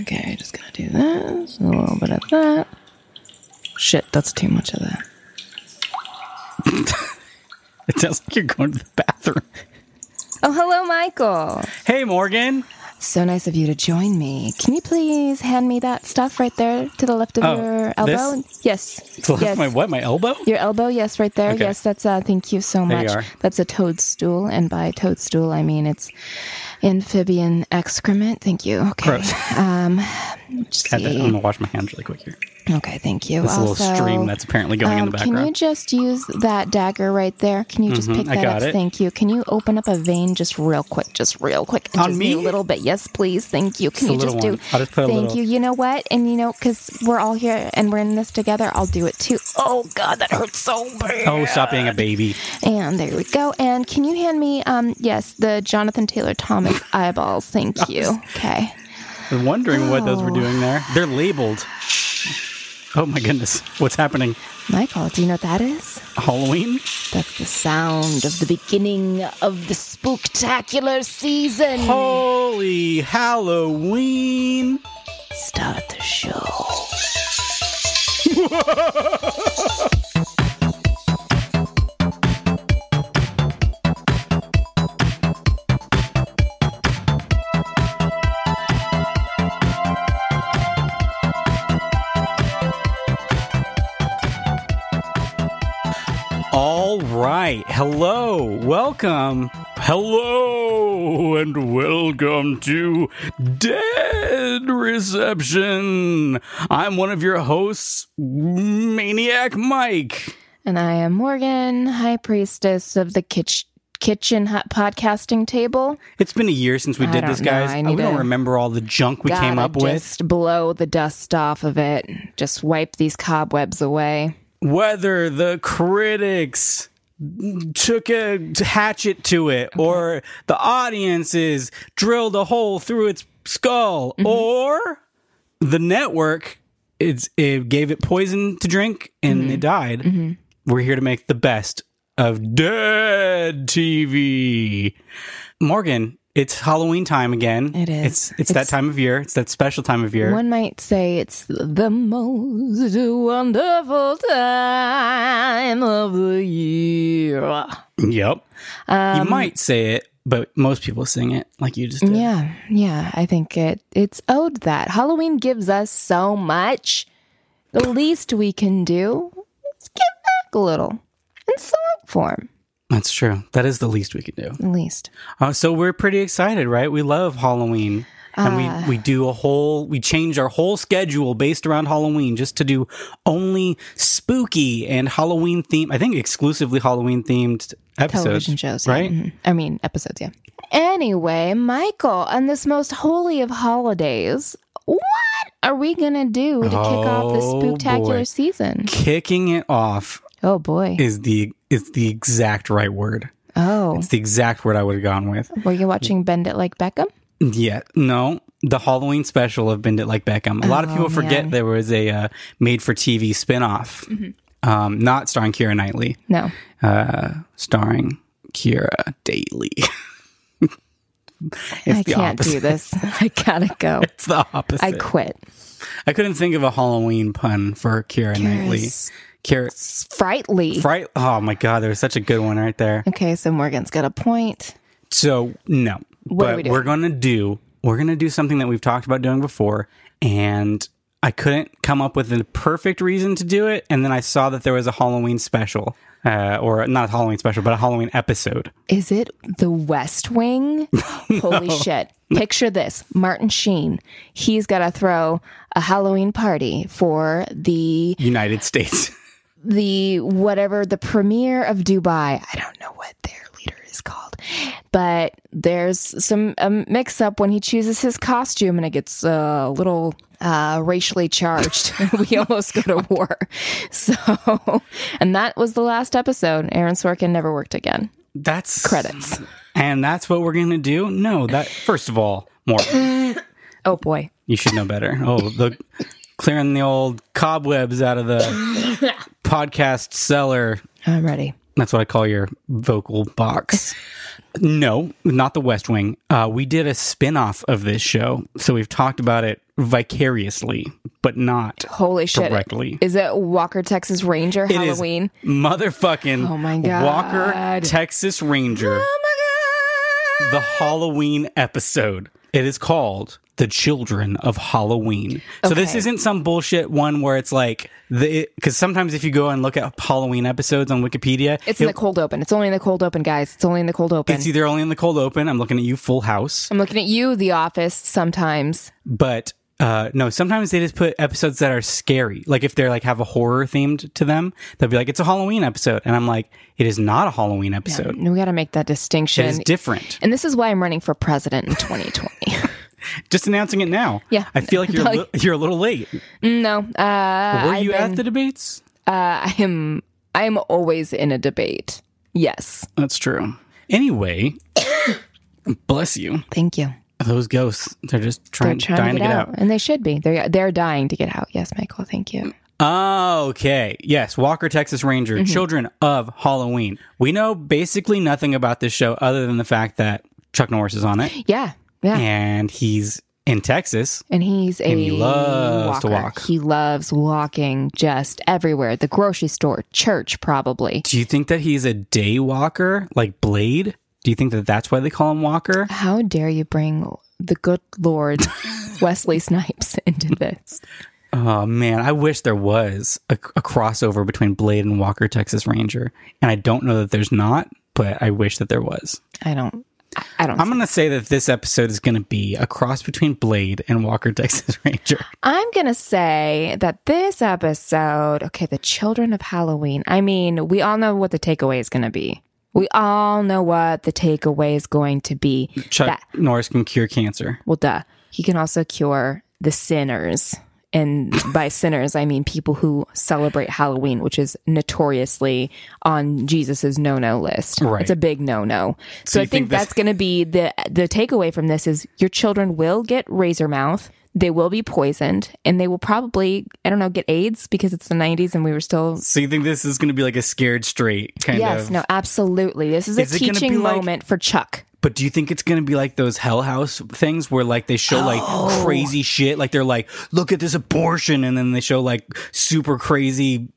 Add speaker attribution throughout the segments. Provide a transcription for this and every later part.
Speaker 1: Okay, just gonna do this, and a little bit of that. Shit, that's too much of that.
Speaker 2: It sounds like you're going to the bathroom.
Speaker 1: Oh, hello, Michael.
Speaker 2: Hey, Morgan.
Speaker 1: So nice of you to join me. Can you please hand me that stuff right there to the left of
Speaker 2: Oh,
Speaker 1: your elbow? Yes.
Speaker 2: To lift
Speaker 1: yes.
Speaker 2: my what? My elbow?
Speaker 1: Your elbow, yes, right there.
Speaker 2: Okay.
Speaker 1: Yes, that's uh thank you so
Speaker 2: There
Speaker 1: much.
Speaker 2: you are.
Speaker 1: That's a toadstool, and by toadstool I mean it's amphibian excrement. Thank you. Okay.
Speaker 2: Gross.
Speaker 1: Um let's
Speaker 2: God, I'm going
Speaker 1: see.
Speaker 2: to wash my hands really quick here.
Speaker 1: Okay, thank you.
Speaker 2: It's a little
Speaker 1: Also,
Speaker 2: stream that's apparently going in
Speaker 1: um,
Speaker 2: the
Speaker 1: Can you
Speaker 2: background. Mm-hmm.
Speaker 1: just use that dagger right there? Can you just pick
Speaker 2: I
Speaker 1: that
Speaker 2: got
Speaker 1: up?
Speaker 2: it.
Speaker 1: Thank you. Can you open up a vein just real quick? Just real quick. and
Speaker 2: On
Speaker 1: just
Speaker 2: me?
Speaker 1: A little bit. Yes, please. Thank you. Can
Speaker 2: the
Speaker 1: you just
Speaker 2: little
Speaker 1: do?
Speaker 2: one. I'll just put a
Speaker 1: thank
Speaker 2: little-
Speaker 1: you. You know what? And you know, because we're all here and we're in this together, I'll do it too. Oh God, that hurts so bad.
Speaker 2: oh, stop being a baby.
Speaker 1: And there we go. And can you hand me, um, yes, the Jonathan Taylor Thomas eyeballs? Thank you. Okay.
Speaker 2: I'm wondering what those were
Speaker 1: Oh.
Speaker 2: doing there. They're labeled. Oh, my goodness. What's happening?
Speaker 1: Michael, do you know what that is?
Speaker 2: Halloween?
Speaker 1: That's the sound of the beginning of the spooktacular season.
Speaker 2: Holy Halloween.
Speaker 1: Start the show.
Speaker 2: All right. Hello. Welcome. Hello and welcome to Dead Reception. I'm one of your hosts, Maniac Mike.
Speaker 1: And I am Morgan, High Priestess of the kitch- Kitchen hot podcasting table.
Speaker 2: It's been a year since we
Speaker 1: I
Speaker 2: did
Speaker 1: don't
Speaker 2: this,
Speaker 1: know.
Speaker 2: guys.
Speaker 1: I
Speaker 2: Uh,
Speaker 1: need
Speaker 2: we don't
Speaker 1: to-
Speaker 2: remember all the junk we came
Speaker 1: Gotta
Speaker 2: up with.
Speaker 1: Just blow the dust off of it. Just wipe these cobwebs away.
Speaker 2: Whether the critics took a hatchet to it, or the audiences drilled a hole through its skull,
Speaker 1: Mm-hmm.
Speaker 2: or the network it's, it gave it poison to drink and
Speaker 1: Mm-hmm.
Speaker 2: it died. We're here to make the best of dead TV. Morgan, it's Halloween time again.
Speaker 1: It is.
Speaker 2: It's, it's that
Speaker 1: It's-
Speaker 2: time of year. It's that special time of year.
Speaker 1: One might say it's the most wonderful time of the year.
Speaker 2: Yep. you might say it, but most people sing it like you just did.
Speaker 1: Um, Yeah, yeah, I think it it's owed that. Halloween gives us so much. The least we can do is give back a little in song form,
Speaker 2: That's true. That is the least we can do.
Speaker 1: at least.
Speaker 2: Uh, so we're pretty excited, right? We love Halloween.
Speaker 1: Uh.
Speaker 2: and we, we do a whole, we change our whole schedule based around Halloween just to do only spooky and Halloween themed, I think exclusively Halloween themed episodes.
Speaker 1: Television shows, yeah,
Speaker 2: Right?
Speaker 1: mhm. I mean, episodes, yeah. Anyway, Michael, on this most holy of holidays, what are we gonna do to kick off the
Speaker 2: Oh,
Speaker 1: spooktacular
Speaker 2: boy.
Speaker 1: season?
Speaker 2: Kicking it off
Speaker 1: Oh boy!
Speaker 2: is the is the exact right word.
Speaker 1: Oh,
Speaker 2: It's the exact word I would have gone with.
Speaker 1: were you watching Bend It Like Beckham?
Speaker 2: Yeah, no, the Halloween special of Bend It Like Beckham. A lot of
Speaker 1: Oh,
Speaker 2: people forget
Speaker 1: man.
Speaker 2: there was a uh, made-for-TV spinoff,
Speaker 1: Mm-hmm.
Speaker 2: um, not starring Kira Knightley,
Speaker 1: No.
Speaker 2: uh, starring Kira Daily. it's
Speaker 1: I
Speaker 2: the
Speaker 1: can't
Speaker 2: opposite.
Speaker 1: do this. I gotta go.
Speaker 2: It's the opposite.
Speaker 1: I
Speaker 2: I,
Speaker 1: quit.
Speaker 2: couldn't think of a Halloween pun for Kira Knightley.
Speaker 1: Kira's-
Speaker 2: Kira,
Speaker 1: Sprightly.
Speaker 2: fright. Oh my God, there was such a good one right there.
Speaker 1: okay, so Morgan's got a point.
Speaker 2: So no,
Speaker 1: What are we
Speaker 2: but we
Speaker 1: doing?
Speaker 2: are gonna do we're gonna do something that we've talked about doing before, and I couldn't come up with a perfect reason to do it, and then I saw that there was a Halloween special, uh, or not a Halloween special, but a Halloween episode.
Speaker 1: Is it the West Wing? Holy shit. Picture this Martin Sheen. He's got to throw a Halloween party for the
Speaker 2: United States.
Speaker 1: the whatever the premier of Dubai. I don't know what their leader is called, but there's some um, mix up when he chooses his costume and it gets uh, a little uh, racially charged. we almost go to war. So, and that was the last episode. Aaron Sorkin never worked again.
Speaker 2: That's
Speaker 1: Credits.
Speaker 2: and that's what we're gonna do. No, that first of all, more.
Speaker 1: Oh boy.
Speaker 2: You should know better. Oh, the clearing the old cobwebs out of the podcast cellar.
Speaker 1: I'm ready.
Speaker 2: That's what I call your vocal box. No, not the West Wing. Uh, we did a spin off of this show, so we've talked about it vicariously, but not
Speaker 1: Holy shit.
Speaker 2: directly.
Speaker 1: Is it Walker, Texas Ranger
Speaker 2: It is
Speaker 1: Halloween?
Speaker 2: motherfucking
Speaker 1: Oh my
Speaker 2: Walker
Speaker 1: God.
Speaker 2: Texas Ranger,
Speaker 1: Oh my god.
Speaker 2: the Halloween episode. It is called The Children of Halloween. So this
Speaker 1: Okay.
Speaker 2: isn't some bullshit one where it's like the cuz sometimes if you go and look at Halloween episodes on Wikipedia,
Speaker 1: It's in
Speaker 2: it-
Speaker 1: the cold open. It's only in the cold open, guys. It's only in the cold open.
Speaker 2: it's either only in the cold open, I'm looking at you full house,
Speaker 1: I'm looking at you, The Office, sometimes.
Speaker 2: but uh, no, sometimes they just put episodes that are scary. Like if they're like have a horror themed to them, they'll be like, it's a Halloween episode. And I'm like, it is not a Halloween episode.
Speaker 1: We got to make that distinction.
Speaker 2: It is different.
Speaker 1: and this is why I'm running for president in 2020.
Speaker 2: Just announcing it now.
Speaker 1: Yeah.
Speaker 2: I feel like you're a li- you're a little late.
Speaker 1: no, uh,
Speaker 2: Were
Speaker 1: I've
Speaker 2: you
Speaker 1: been-
Speaker 2: at the debates?
Speaker 1: I am. I am always in a debate. Yes,
Speaker 2: That's true. Anyway, bless you.
Speaker 1: thank you.
Speaker 2: Those ghosts, they're just
Speaker 1: They're
Speaker 2: trying,
Speaker 1: trying
Speaker 2: dying
Speaker 1: to, get out. and they should be. They're they're dying to get out. Yes, Michael. Thank you.
Speaker 2: Oh, okay. Yes, Walker Texas Ranger,
Speaker 1: Mm-hmm.
Speaker 2: Children of Halloween. We know basically nothing about this show other than the fact that Chuck Norris is on it
Speaker 1: Yeah, yeah.
Speaker 2: and he's in Texas.
Speaker 1: And he's a
Speaker 2: he loves to
Speaker 1: walker.
Speaker 2: walk.
Speaker 1: He loves walking just everywhere. The grocery store, church, probably.
Speaker 2: Do you think that he's a day walker like Blade? Do you think that that's why they call him Walker?
Speaker 1: How dare you bring the good Lord Wesley Snipes into this?
Speaker 2: Oh man, I wish there was a, a crossover between Blade and Walker Texas Ranger, and I don't know that there's not, but I wish that there was.
Speaker 1: I don't. I- I don't.
Speaker 2: I'm gonna say that this episode is gonna be a cross between Blade and Walker Texas Ranger.
Speaker 1: I'm going to say that this episode, okay, the children of Halloween, I mean, we all know what the takeaway is going to be. We all know what the takeaway is going to be.
Speaker 2: Chuck
Speaker 1: That-
Speaker 2: Norris can cure cancer.
Speaker 1: Well, duh. He can also cure the sinners. And by sinners, I mean people who celebrate Halloween, which is notoriously on Jesus's no-no list.
Speaker 2: Right.
Speaker 1: It's a big no-no. So, I
Speaker 2: you
Speaker 1: think,
Speaker 2: think this-
Speaker 1: that's going to be the the takeaway from this is your children will get razor mouth, they will be poisoned, and they will probably I don't know get AIDS because it's the 90s and we were still
Speaker 2: So you think this is gonna be like a scared straight kind
Speaker 1: Yes,
Speaker 2: of?
Speaker 1: no, absolutely. This is a
Speaker 2: Is it gonna be
Speaker 1: teaching
Speaker 2: like-
Speaker 1: moment for Chuck.
Speaker 2: But do you think it's gonna be like those Hell House things where like they show
Speaker 1: Oh.
Speaker 2: like crazy shit, like they're like, look at this abortion, and then they show like super crazy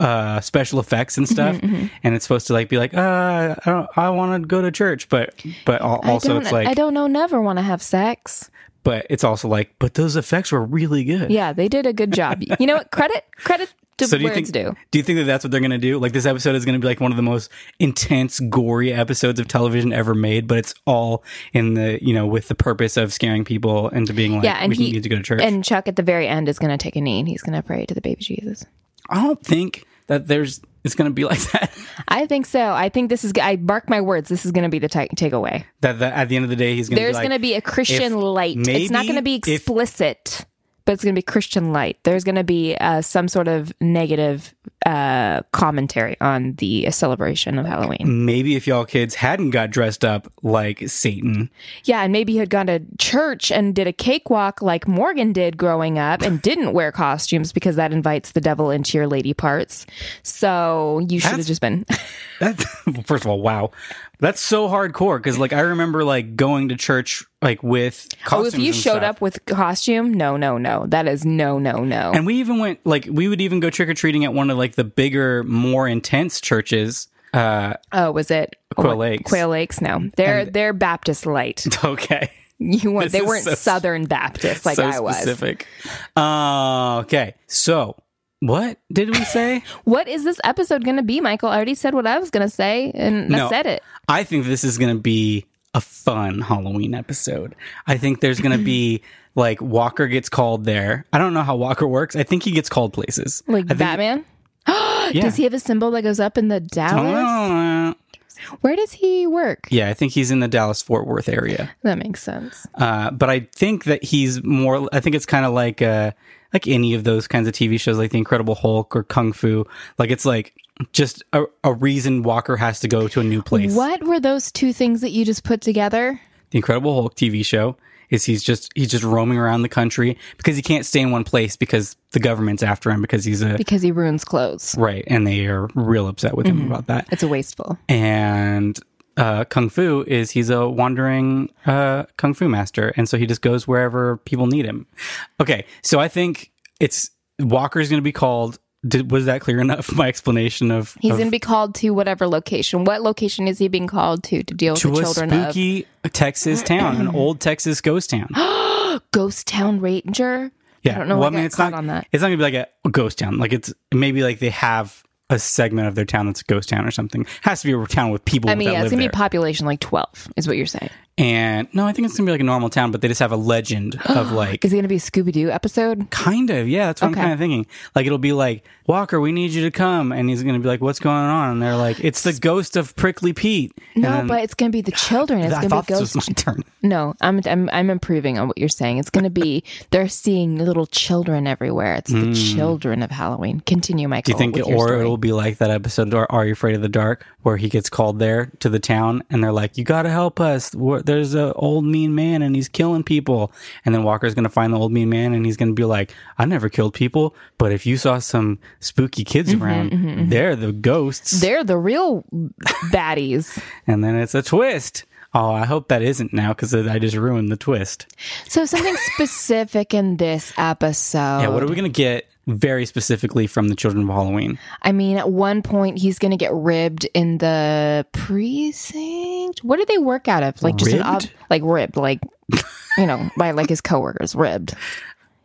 Speaker 2: uh, special effects
Speaker 1: Mm-hmm,
Speaker 2: and stuff, and it's supposed to like be like, uh, I don't, I want to go to church, but but al-
Speaker 1: I
Speaker 2: also
Speaker 1: don't,
Speaker 2: it's
Speaker 1: I
Speaker 2: like,
Speaker 1: don't know never want to have sex.
Speaker 2: but it's also like, but those effects were really good.
Speaker 1: Yeah, they did a good job. You know what? Credit credit to
Speaker 2: So do you
Speaker 1: where
Speaker 2: think
Speaker 1: it's due.
Speaker 2: do you think that that's what they're gonna do? Like this episode is gonna be like one of the most intense, gory episodes of television ever made, but it's all in the you know with the purpose of scaring people into being like
Speaker 1: Yeah, and
Speaker 2: we
Speaker 1: he
Speaker 2: need to go to church.
Speaker 1: And Chuck at the very end is going to take a knee and he's going to pray to the baby Jesus.
Speaker 2: I don't think that there's it's gonna be like that.
Speaker 1: I think so. I think this is. I mark my words. This is going to be the ta- takeaway.
Speaker 2: that, that at the end of the day he's gonna
Speaker 1: There's
Speaker 2: be like,
Speaker 1: going to be a Christian
Speaker 2: if-
Speaker 1: light. it's not
Speaker 2: maybe
Speaker 1: going to be
Speaker 2: if-
Speaker 1: explicit, but it's going to be Christian light. There's going to be uh, some sort of negative uh, commentary on the celebration of Halloween.
Speaker 2: maybe if y'all kids hadn't got dressed up like Satan,
Speaker 1: Yeah, and maybe he had gone to church and did a cakewalk like Morgan did growing up and didn't wear costumes because that invites the devil into your lady parts. So you should have
Speaker 2: That's-
Speaker 1: just been.
Speaker 2: That's first of all, wow, that's so hardcore. Because like I remember like going to church like with
Speaker 1: Oh,
Speaker 2: costumes
Speaker 1: if you
Speaker 2: and
Speaker 1: showed
Speaker 2: stuff.
Speaker 1: up with costume, no, no, no. That is no, no, no.
Speaker 2: and we even went like we would even go trick or treating at one of like the bigger, more intense churches. Uh,
Speaker 1: oh, was it
Speaker 2: Quail Lakes.
Speaker 1: Quail Lakes? No, they're they're Baptist light.
Speaker 2: okay,
Speaker 1: You weren't.
Speaker 2: This
Speaker 1: They
Speaker 2: is
Speaker 1: weren't
Speaker 2: so-
Speaker 1: Southern Baptist like
Speaker 2: so
Speaker 1: I was.
Speaker 2: specific. Uh, okay, so what did we say?
Speaker 1: What is this episode going to be, Michael? I already said what I was going to say, and
Speaker 2: No.
Speaker 1: I said it.
Speaker 2: I think this is going to be a fun Halloween episode. I think there's going to be like Walker gets called there. I don't know how Walker works. I think he gets called places.
Speaker 1: Like
Speaker 2: I think-
Speaker 1: Batman.
Speaker 2: Yeah.
Speaker 1: Does he have a symbol that goes up in the Dallas? Where does he work?
Speaker 2: Yeah, I think he's in the Dallas Fort Worth area.
Speaker 1: That makes sense.
Speaker 2: Uh, but I think that he's more. I think it's kind of like uh, like any of those kinds of TV shows, like The Incredible Hulk or Kung Fu. Like it's like just a, a reason Walker has to go to a new place.
Speaker 1: What were those two things that you just put together?
Speaker 2: the Incredible Hulk TV show is he's just he's just roaming around the country because he can't stay in one place because the government's after him because he's a
Speaker 1: Because he ruins clothes.
Speaker 2: right and they are real upset with him about that
Speaker 1: It's a wasteful.
Speaker 2: and uh, kung fu is he's a wandering uh, kung fu master, and so he just goes wherever people need him. Okay, so I think it's Walker's going to be called. Did, was that clear enough? My explanation of
Speaker 1: He's
Speaker 2: of-
Speaker 1: going to be called to whatever location. What location is he being called to to deal with
Speaker 2: to
Speaker 1: the
Speaker 2: a
Speaker 1: children
Speaker 2: spooky Texas town, an old Texas ghost town.
Speaker 1: of Ghost Town Ranger?
Speaker 2: Yeah,
Speaker 1: I don't know.
Speaker 2: Well,
Speaker 1: I, mean,
Speaker 2: it's
Speaker 1: it's
Speaker 2: not
Speaker 1: not on that.
Speaker 2: It's not gonna be like a ghost town. Like it's maybe like they have a segment of their town that's a ghost town or something. has to be a town with people.
Speaker 1: I mean,
Speaker 2: that
Speaker 1: yeah, it's
Speaker 2: live
Speaker 1: gonna
Speaker 2: there.
Speaker 1: be population like twelve, is what you're saying.
Speaker 2: and no, I think it's gonna be like a normal town, but they just have a legend of like
Speaker 1: Is it gonna be a Scooby Doo episode?
Speaker 2: kind of yeah. That's what
Speaker 1: Okay.
Speaker 2: I'm kind of thinking. Like it'll be like Walker, we need you to come, and he's gonna be like, what's going on? And they're like, it's the ghost of Prickly Pete. And
Speaker 1: No,
Speaker 2: then-
Speaker 1: but it's gonna be the children. It's
Speaker 2: I
Speaker 1: gonna
Speaker 2: thought
Speaker 1: be
Speaker 2: this
Speaker 1: ghost.
Speaker 2: was my turn.
Speaker 1: No, I'm, I'm I'm improving on what you're saying. It's gonna be they're seeing little children everywhere. It's the children of Halloween. Continue, Michael.
Speaker 2: Hmm. Do you think,
Speaker 1: with
Speaker 2: it,
Speaker 1: your
Speaker 2: or
Speaker 1: story.
Speaker 2: it'll be like that episode, or Are You Afraid of the Dark, where he gets called there to the town, and they're like, "You gotta help us. We're, there's an old mean man, and he's killing people." And then Walker's gonna find the old mean man, and he's gonna be like, "I never killed people, but if you saw some spooky kids
Speaker 1: Mm-hmm,
Speaker 2: around, they're the ghosts."
Speaker 1: they're the real baddies.
Speaker 2: and then it's a twist. Oh, I hope that isn't now because I just ruined the twist.
Speaker 1: So something specific in this episode.
Speaker 2: Yeah, what are we gonna get very specifically from the Children of Halloween?
Speaker 1: I mean, at one point he's going to get ribbed in the precinct. What did they work out of? Like just an ob-
Speaker 2: Ribbed?
Speaker 1: like ribbed, like you know, by like his coworkers, ribbed.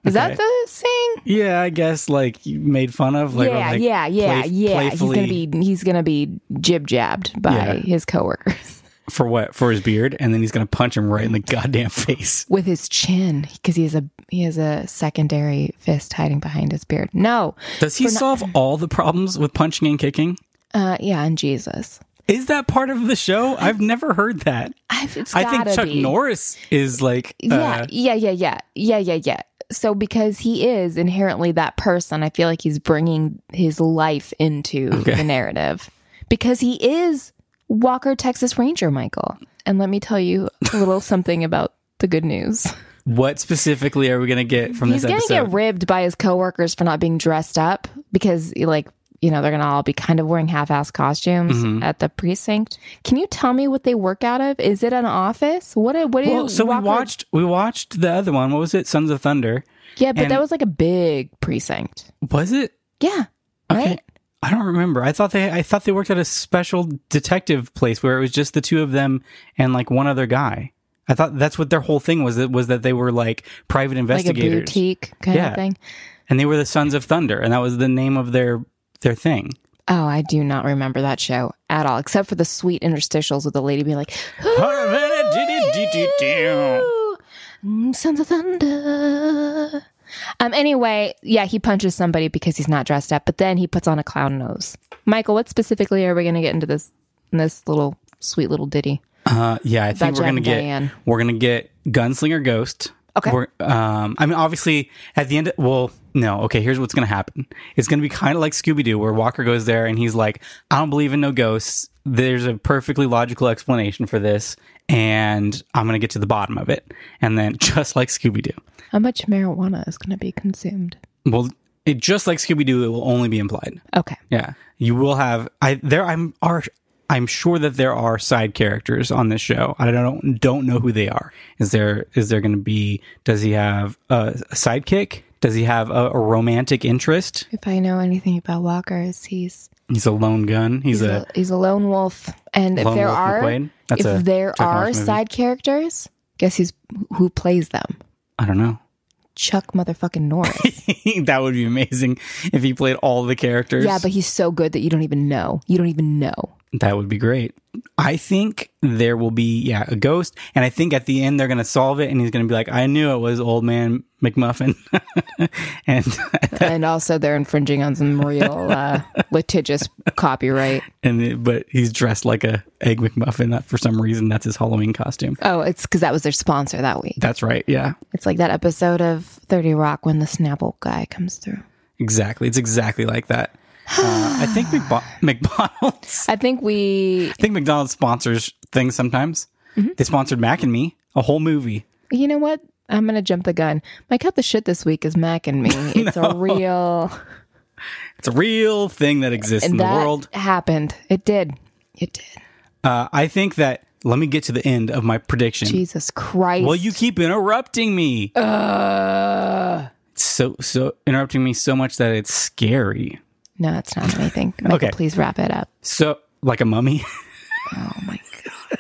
Speaker 1: Is that the saying?
Speaker 2: Yeah, I guess like you made fun of. Like, or,
Speaker 1: yeah,
Speaker 2: like,
Speaker 1: yeah, yeah,
Speaker 2: playf-
Speaker 1: yeah.
Speaker 2: playfully-
Speaker 1: He's gonna be he's gonna be jib jabbed by
Speaker 2: Yeah.
Speaker 1: his coworkers
Speaker 2: for what for his beard and then he's gonna punch him right in the goddamn face
Speaker 1: with his chin because he has a he has a secondary fist hiding behind his beard. No,
Speaker 2: does he solve all the problems with punching and kicking
Speaker 1: uh, yeah, and Jesus.
Speaker 2: is that part of the show i've never heard that
Speaker 1: I've, it's
Speaker 2: i think
Speaker 1: gotta
Speaker 2: chuck
Speaker 1: be.
Speaker 2: norris is like uh,
Speaker 1: Yeah, yeah, yeah, yeah, yeah, yeah, yeah. So because he is inherently that person, I feel like he's bringing his life into the narrative because he is Walker Texas Ranger Michael. And let me tell you a little something about the good news.
Speaker 2: what specifically are we gonna get from
Speaker 1: He's
Speaker 2: this
Speaker 1: gonna
Speaker 2: episode
Speaker 1: get ribbed by his coworkers for not being dressed up because, like, you know, they're gonna all be kind of wearing half-ass costumes
Speaker 2: Mm-hmm.
Speaker 1: at the precinct. Can you tell me what they work out of? Is it an office? What? a- What? do
Speaker 2: well, so we
Speaker 1: Walker-
Speaker 2: watched we watched the other one what was it sons of thunder
Speaker 1: Yeah, but that
Speaker 2: and-
Speaker 1: was like a big precinct.
Speaker 2: was it
Speaker 1: Yeah.
Speaker 2: Okay.
Speaker 1: Right?
Speaker 2: I don't remember. I thought they I thought they worked at a special detective place where it was just the two of them and like one other guy. I thought that's what their whole thing was. That was that they were like private
Speaker 1: Like a
Speaker 2: investigators,
Speaker 1: boutique kind
Speaker 2: Yeah.
Speaker 1: of thing.
Speaker 2: and they were the Sons of Thunder, and that was the name of their their thing.
Speaker 1: Oh, I do not remember that show at all, except for the sweet interstitials with the lady being like, "Mm, Sons of Thunder. Um, anyway, yeah, he punches somebody because he's not dressed up, but then he puts on a clown nose. Michael, what specifically are we going to get into this in this little sweet little ditty?
Speaker 2: Uh, yeah, I think
Speaker 1: About
Speaker 2: we're
Speaker 1: Jack
Speaker 2: gonna
Speaker 1: and
Speaker 2: get
Speaker 1: Diane.
Speaker 2: we're gonna get Gunslinger Ghost.
Speaker 1: Okay.
Speaker 2: We're, um, I mean, obviously, at the end, well, no. Okay, here's what's gonna happen. It's gonna be kind of like Scooby Doo, where Walker goes there and he's like, "I don't believe in no ghosts." There's a perfectly logical explanation for this, and I'm gonna get to the bottom of it. And then, just like Scooby Doo,
Speaker 1: How much marijuana is going to be consumed?
Speaker 2: well, it just like Scooby Doo, it will only be implied.
Speaker 1: Okay.
Speaker 2: Yeah, you will have. I there. I'm are. I'm sure that there are side characters on this show. I don't don't know who they are. Is there is there going to be? Does he have a, a sidekick? Does he have a, a romantic interest?
Speaker 1: If I know anything about walkers, he's
Speaker 2: He's a lone gun. He's,
Speaker 1: he's
Speaker 2: a,
Speaker 1: a, he's a lone wolf, and if
Speaker 2: lone
Speaker 1: there
Speaker 2: wolf
Speaker 1: are
Speaker 2: McQuaid. That's a
Speaker 1: if there
Speaker 2: Chuck
Speaker 1: are
Speaker 2: Norris movie.
Speaker 1: side characters, guess who's who plays them?
Speaker 2: I don't know.
Speaker 1: Chuck motherfucking Norris.
Speaker 2: that would be amazing if he played all the characters.
Speaker 1: yeah, but he's so good that you don't even know. You don't even know.
Speaker 2: That would be great. I think there will be, yeah, a ghost. And I think at the end they're going to solve it and he's going to be like, I knew it was old man McMuffin. and
Speaker 1: and also, they're infringing on some real uh, litigious copyright.
Speaker 2: and it, but he's dressed like a egg McMuffin. That for some reason that's his Halloween costume.
Speaker 1: Oh, it's because that was their sponsor that week.
Speaker 2: That's right. Yeah.
Speaker 1: It's like that episode of Thirty Rock when the Snapple guy comes through.
Speaker 2: Exactly. It's exactly like that. Uh, I think McBo- McDonald's.
Speaker 1: I think we,
Speaker 2: I think McDonald's sponsors things sometimes. They sponsored Mac and Me, a whole movie.
Speaker 1: you know what? I'm gonna jump the gun. My cut the shit this week is Mac and me. It's a real.
Speaker 2: It's a real thing that exists in the
Speaker 1: that
Speaker 2: world.
Speaker 1: happened. It did. It did.
Speaker 2: Uh, I think that. Let me get to the end of my prediction.
Speaker 1: Jesus Christ.
Speaker 2: Well, you keep interrupting me. Uh. So so interrupting me so much that it's scary.
Speaker 1: no, that's not anything. Michael,
Speaker 2: Okay.
Speaker 1: please wrap it up.
Speaker 2: So like a mummy.
Speaker 1: Oh my god.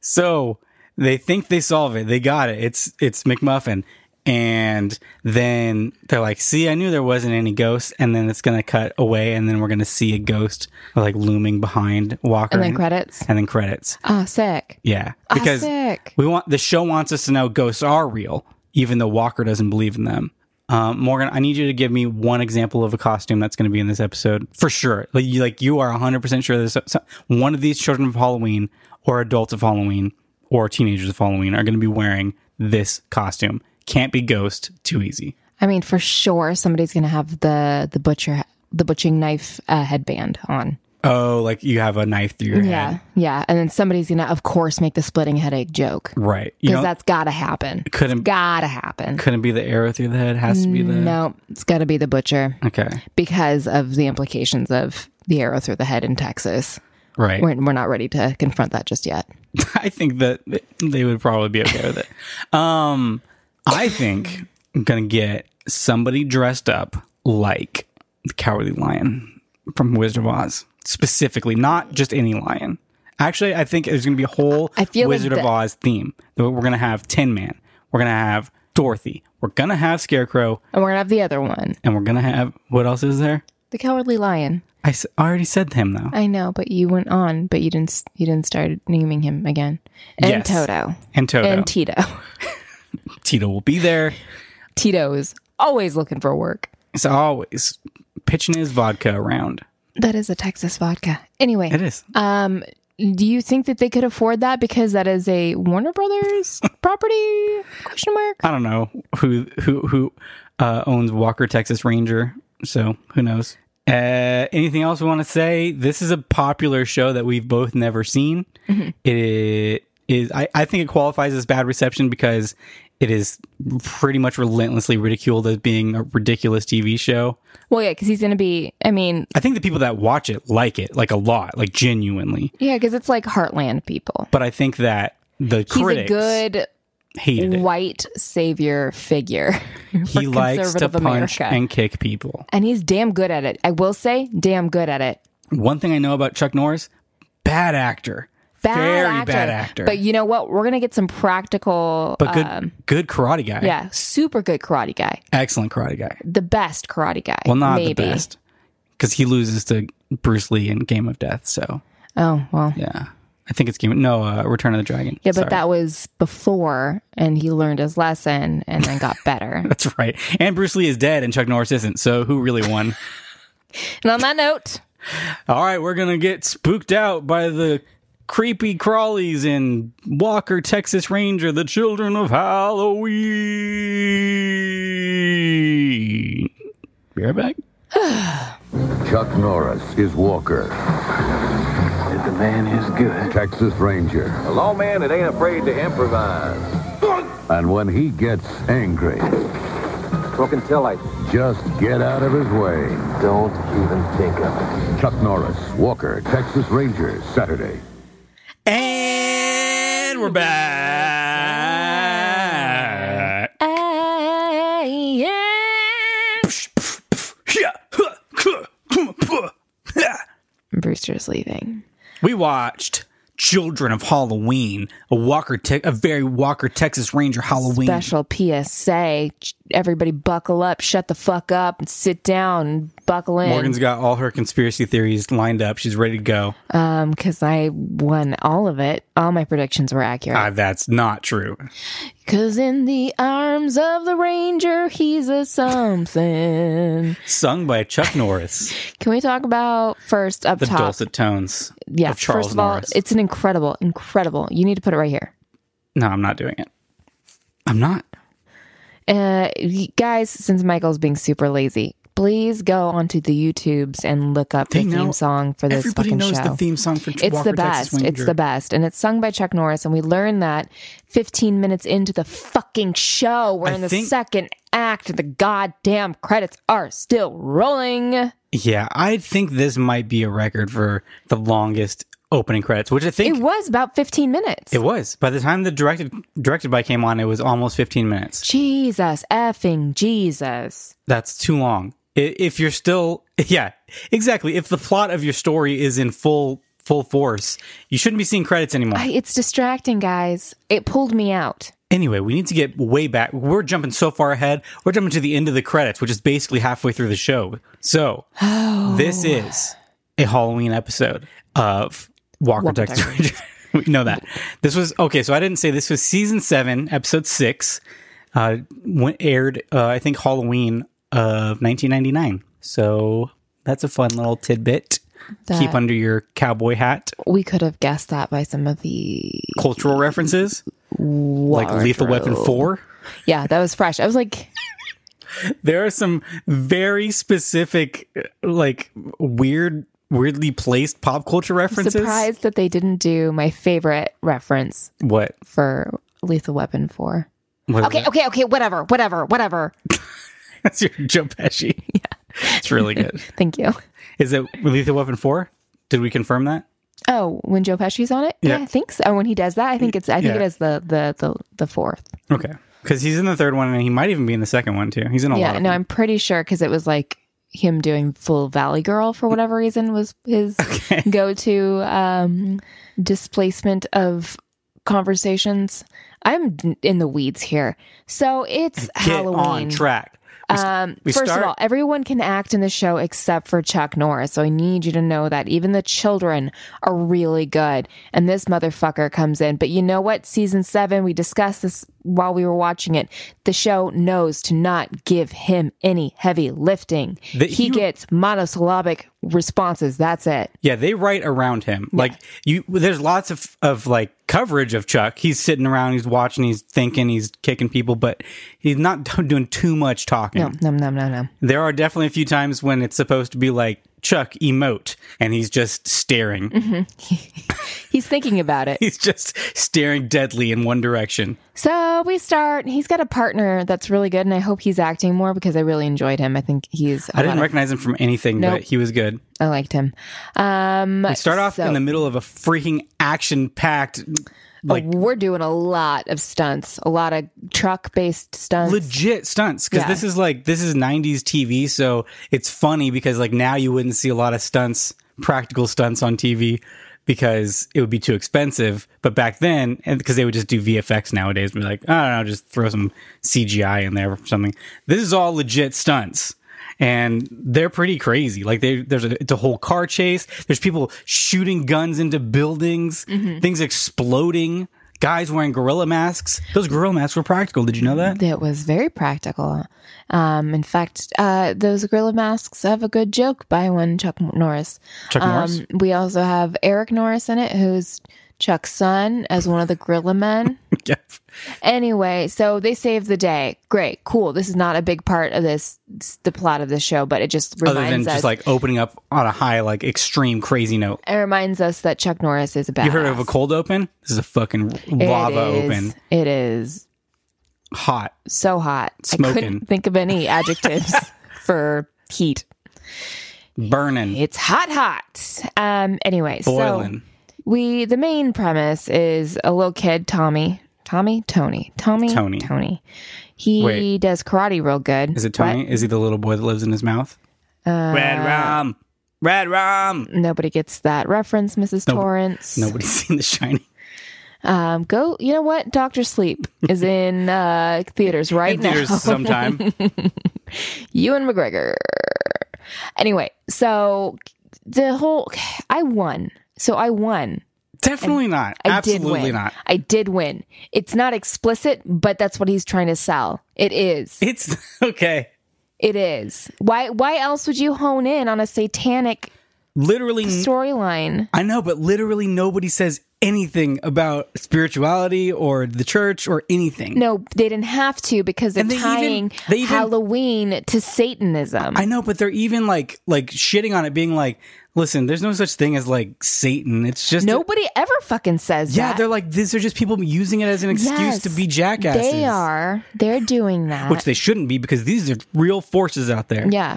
Speaker 2: so they think they solve it. They got it. It's it's McMuffin. And then they're like, "See, I knew there wasn't any ghosts." And then it's gonna cut away, and then we're gonna see a ghost like looming behind Walker.
Speaker 1: And then credits.
Speaker 2: And then credits.
Speaker 1: Oh, sick.
Speaker 2: Yeah,
Speaker 1: Ah,
Speaker 2: because
Speaker 1: sick.
Speaker 2: we want the show wants us to know ghosts are real, even though Walker doesn't believe in them. Um, Morgan, I need you to give me one example of a costume that's going to be in this episode for sure. Like you, like you are hundred percent sure there's so- so- one of these children of Halloween, or adults of Halloween, or teenagers of Halloween are going to be wearing this costume. Can't be ghost. Too easy.
Speaker 1: I mean, for sure, somebody's gonna have the the butcher the butching knife uh, headband on.
Speaker 2: Oh, like you have a knife through your
Speaker 1: Yeah,
Speaker 2: head.
Speaker 1: yeah, and then somebody's gonna, of course, make the splitting headache joke
Speaker 2: Right. You
Speaker 1: because
Speaker 2: know,
Speaker 1: that's gotta happen.
Speaker 2: couldn't
Speaker 1: Gotta happen.
Speaker 2: couldn't be the arrow through the head. Has to be the
Speaker 1: No, it's gotta be the butcher
Speaker 2: okay.
Speaker 1: because of the implications of the arrow through the head in Texas.
Speaker 2: Right.
Speaker 1: We're, we're not ready to confront that just yet.
Speaker 2: I think that they would probably be okay with it. Um, I think I'm gonna get somebody dressed up like the Cowardly Lion from Wizard of Oz, specifically, not just any lion. Actually, I think there's gonna be a whole
Speaker 1: I feel like
Speaker 2: Wizard of
Speaker 1: the-
Speaker 2: Oz theme. We're gonna have Tin Man. We're gonna have Dorothy. We're gonna have Scarecrow,
Speaker 1: And we're gonna have the other one,
Speaker 2: and we're gonna have what else is there?
Speaker 1: the cowardly lion.
Speaker 2: I s- I already said him though,
Speaker 1: I know, but you went on, but you didn't s- you didn't start naming him again. And
Speaker 2: Yes.
Speaker 1: Toto
Speaker 2: and Toto.
Speaker 1: and Tito.
Speaker 2: Tito will be there.
Speaker 1: Tito is always looking for work.
Speaker 2: He's always pitching his vodka around.
Speaker 1: That is a Texas vodka. Anyway,
Speaker 2: It is.
Speaker 1: um, do you think that they could afford that because that is a Warner Brothers property? Question mark.
Speaker 2: I don't know who who who uh, owns Walker Texas Ranger. So who knows? Uh, anything else we want to say? This is a popular show that we've both never seen.
Speaker 1: Mm-hmm.
Speaker 2: It is. I, I think it qualifies as bad reception because it is pretty much relentlessly ridiculed as being a ridiculous TV show.
Speaker 1: Well, yeah, because he's gonna be. I mean,
Speaker 2: I think the people that watch it like it like a lot, like genuinely.
Speaker 1: yeah, because it's like Heartland people.
Speaker 2: But I think that the
Speaker 1: He's
Speaker 2: critics
Speaker 1: a good
Speaker 2: hated it.
Speaker 1: white savior figure. for
Speaker 2: He likes to
Speaker 1: conservative
Speaker 2: punch
Speaker 1: America.
Speaker 2: and kick people.
Speaker 1: and he's damn good at it. I will say, damn good at it.
Speaker 2: One thing I know about Chuck Norris, bad actor.
Speaker 1: Bad
Speaker 2: Very
Speaker 1: actor.
Speaker 2: bad actor.
Speaker 1: But you know what? We're gonna get some practical.
Speaker 2: But good
Speaker 1: uh,
Speaker 2: good karate guy.
Speaker 1: yeah, super good karate guy.
Speaker 2: Excellent karate guy.
Speaker 1: The best karate guy.
Speaker 2: Well, not
Speaker 1: maybe.
Speaker 2: the best. Cuz he loses to Bruce Lee in Game of Death, so
Speaker 1: Oh well.
Speaker 2: yeah. I think it's Game of, No, uh, Return of the Dragon.
Speaker 1: Yeah, but
Speaker 2: Sorry.
Speaker 1: that was before, and he learned his lesson and then got better.
Speaker 2: That's right. And Bruce Lee is dead and Chuck Norris isn't. So who really won?
Speaker 1: and on that note,
Speaker 2: All right, we're going to get spooked out by the creepy crawlies in Walker Texas Ranger, the Children of Halloween. Be right back.
Speaker 3: Chuck Norris is Walker,
Speaker 4: If the man is good,
Speaker 3: Texas Ranger.
Speaker 4: a lawman that ain't afraid to improvise.
Speaker 3: And when he gets angry,
Speaker 4: Talking till I
Speaker 3: just get out of his way.
Speaker 4: don't even think of it.
Speaker 3: Chuck Norris, Walker, Texas Ranger, Saturday.
Speaker 2: And we're back.
Speaker 1: I am- Brewster's leaving.
Speaker 2: We watched Children of Halloween, a Walker, Te- a very Walker Texas Ranger Halloween.
Speaker 1: Special PSA: Everybody, buckle up, shut the fuck up, and sit down, and buckle in.
Speaker 2: Morgan's got all her conspiracy theories lined up. She's ready to go.
Speaker 1: because Um, I won all of it. All my predictions were accurate.
Speaker 2: Ah, that's not true.
Speaker 1: Because in the arms of the ranger, he's a something.
Speaker 2: Sung by Chuck Norris,
Speaker 1: Can we talk about first up
Speaker 2: the
Speaker 1: top?
Speaker 2: dulcet tones
Speaker 1: yeah,
Speaker 2: of Charles
Speaker 1: first of all,
Speaker 2: Norris.
Speaker 1: it's an incredible, incredible. You need to put it right here.
Speaker 2: no, I'm not doing it. I'm not.
Speaker 1: Uh, y- guys, since Michael's being super lazy, please go onto the YouTubes and look up
Speaker 2: They
Speaker 1: the
Speaker 2: know-
Speaker 1: theme song for this
Speaker 2: Everybody
Speaker 1: fucking
Speaker 2: knows
Speaker 1: show.
Speaker 2: the theme song for Ch-
Speaker 1: It's
Speaker 2: Walker,
Speaker 1: the best.
Speaker 2: Texas
Speaker 1: It's the best. And it's sung by Chuck Norris. And we learned that 15 minutes into the fucking show. We're
Speaker 2: I
Speaker 1: in the
Speaker 2: think-
Speaker 1: second act. and The goddamn credits are still rolling.
Speaker 2: Yeah, I think this might be a record for the longest opening credits, which I think
Speaker 1: It was about 15 minutes.
Speaker 2: It was. By the time the directed directed by came on, it was almost 15 minutes.
Speaker 1: Jesus effing Jesus.
Speaker 2: That's too long. I- If you're still yeah, exactly. If the plot of your story is in full full force, you shouldn't be seeing credits anymore.
Speaker 1: I, it's distracting, guys. It pulled me out.
Speaker 2: anyway, we need to get way back. We're jumping so far ahead. We're jumping to the end of the credits, which is basically halfway through the show. So, this is a Halloween episode of Walker,
Speaker 1: Walker,
Speaker 2: Texas
Speaker 1: Texas
Speaker 2: Ranger. we know that. This was okay. So I didn't say this was season seven, episode six. Uh, went, aired, uh, I think Halloween of 1999. So that's a fun little tidbit. Keep
Speaker 1: That-
Speaker 2: under your cowboy hat.
Speaker 1: We could have guessed that by some of the
Speaker 2: Cultural references like Lethal Weapon
Speaker 1: wardrobe.
Speaker 2: Four.
Speaker 1: Yeah, that was fresh. I was like,
Speaker 2: there are some very specific like weird weirdly placed pop culture references
Speaker 1: surprised that they didn't do my favorite reference
Speaker 2: what
Speaker 1: for Lethal Weapon 4.
Speaker 2: What is
Speaker 1: Okay,
Speaker 2: that?
Speaker 1: okay, okay, whatever, whatever, whatever.
Speaker 2: that's your joe pesci yeah it's really good
Speaker 1: Thank you.
Speaker 2: is it lethal weapon 4 did we confirm that
Speaker 1: Oh, when Joe Pesci's on it? Yeah,
Speaker 2: Yeah.
Speaker 1: I think so. When he does that, I think it's I think
Speaker 2: Yeah.
Speaker 1: it is the the the, the fourth.
Speaker 2: okay because he's in the third one and he might even be in the second one too he's in a
Speaker 1: yeah,
Speaker 2: lot of
Speaker 1: no,
Speaker 2: them.
Speaker 1: I'm pretty sure because it was like him doing full Valley Girl for whatever reason was his go to um, displacement of conversations. I'm d- in the weeds here. So it's
Speaker 2: get on
Speaker 1: Halloween.
Speaker 2: track We s-
Speaker 1: Um,
Speaker 2: we
Speaker 1: first
Speaker 2: start-
Speaker 1: of all, everyone can act in the show except for Chuck Norris. So I need you to know that even the children are really good. And this motherfucker comes in. But you know what? Season seven, we discussed this while we were watching it. The show knows to not give him any heavy lifting.
Speaker 2: That
Speaker 1: he
Speaker 2: you-
Speaker 1: gets monosyllabic responses. That's it.
Speaker 2: Yeah, they write around him. Like you, there's lots of of like coverage of Chuck. He's sitting around, he's watching, he's thinking, he's kicking people, but he's not doing too much talking.
Speaker 1: No, no, no, no, no.
Speaker 2: There are definitely a few times when it's supposed to be like Chuck emote, and he's just staring.
Speaker 1: Mm-hmm. He's thinking about it.
Speaker 2: He's just staring deadly in one direction.
Speaker 1: So we start. He's got a partner that's really good. And I hope he's acting more because I really enjoyed him. I think he's.
Speaker 2: I didn't recognize him from anything,
Speaker 1: Nope.
Speaker 2: but he was good.
Speaker 1: I liked him. Um,
Speaker 2: We start off
Speaker 1: so-
Speaker 2: in the middle of a freaking action packed, like
Speaker 1: we're doing a lot of stunts, a lot of truck based stunts.
Speaker 2: legit stunts because
Speaker 1: Yeah.
Speaker 2: this is like this is 90s tv so it's funny because like now you wouldn't see a lot of stunts practical stunts on tv because it would be too expensive but back then and because they would just do vfx nowadays and be like i don't know just throw some cgi in there or something this is all legit stunts and they're pretty crazy. Like they, there's a, it's a whole car chase. There's people shooting guns into buildings,
Speaker 1: Mm-hmm.
Speaker 2: things exploding. Guys wearing gorilla masks. Those gorilla masks were practical. Did you know that?
Speaker 1: That was very practical. Um, in fact, uh, those gorilla masks have a good joke by one Chuck Norris.
Speaker 2: Chuck Norris?
Speaker 1: Um, we also have Eric Norris in it, who's Chuck's son, as one of the gorilla men.
Speaker 2: Yep.
Speaker 1: Anyway, so they save the day. Great, cool. This is not a big part of this, the plot of this show, but it just reminds
Speaker 2: Other than
Speaker 1: us.
Speaker 2: just like opening up on a high, like extreme crazy note.
Speaker 1: it reminds us that Chuck Norris is a badass.
Speaker 2: You heard of a cold open? This is a fucking
Speaker 1: It
Speaker 2: lava
Speaker 1: is-
Speaker 2: open.
Speaker 1: It is
Speaker 2: Hot.
Speaker 1: so hot. I
Speaker 2: Smoking.
Speaker 1: couldn't think of any adjectives for heat.
Speaker 2: Burning.
Speaker 1: It's hot, hot. Um. Anyway,
Speaker 2: Boiling.
Speaker 1: so we the main premise is a little kid, Tommy, Tommy, Tony, Tommy,
Speaker 2: Tony.
Speaker 1: Tony. He
Speaker 2: Wait.
Speaker 1: does karate real good. Uh,
Speaker 2: Is it Tony? Is he the little boy that lives in his mouth? Red rum. Red rum.
Speaker 1: Nobody gets that reference, Mrs. Torrance.
Speaker 2: Nobody's seen the shining.
Speaker 1: Um, go. You know what? Doctor Sleep is in uh, theaters right
Speaker 2: In
Speaker 1: now.
Speaker 2: theaters sometime.
Speaker 1: Ewan McGregor. Anyway, so the whole I won. So I won.
Speaker 2: Definitely not.
Speaker 1: I did
Speaker 2: Absolutely
Speaker 1: win.
Speaker 2: not.
Speaker 1: I did win. It's not explicit, but that's what he's trying to sell. It is.
Speaker 2: It's okay.
Speaker 1: It is. Why why else would you hone in on a satanic
Speaker 2: Literally, n-
Speaker 1: storyline?
Speaker 2: I know, but literally nobody says anything about spirituality or the church or anything.
Speaker 1: No, they didn't have to because they're
Speaker 2: And they even-
Speaker 1: tying
Speaker 2: they even-
Speaker 1: Halloween to Satanism.
Speaker 2: I know, but they're even like like shitting on it, being like Listen, there's no such thing as like Satan. It's just
Speaker 1: Nobody ever fucking says
Speaker 2: Yeah,
Speaker 1: that.
Speaker 2: they're like these are just people using it as an excuse
Speaker 1: Yes,
Speaker 2: to be jackasses.
Speaker 1: They are. They're doing that.
Speaker 2: Which they shouldn't be because these are real forces out there.
Speaker 1: yeah.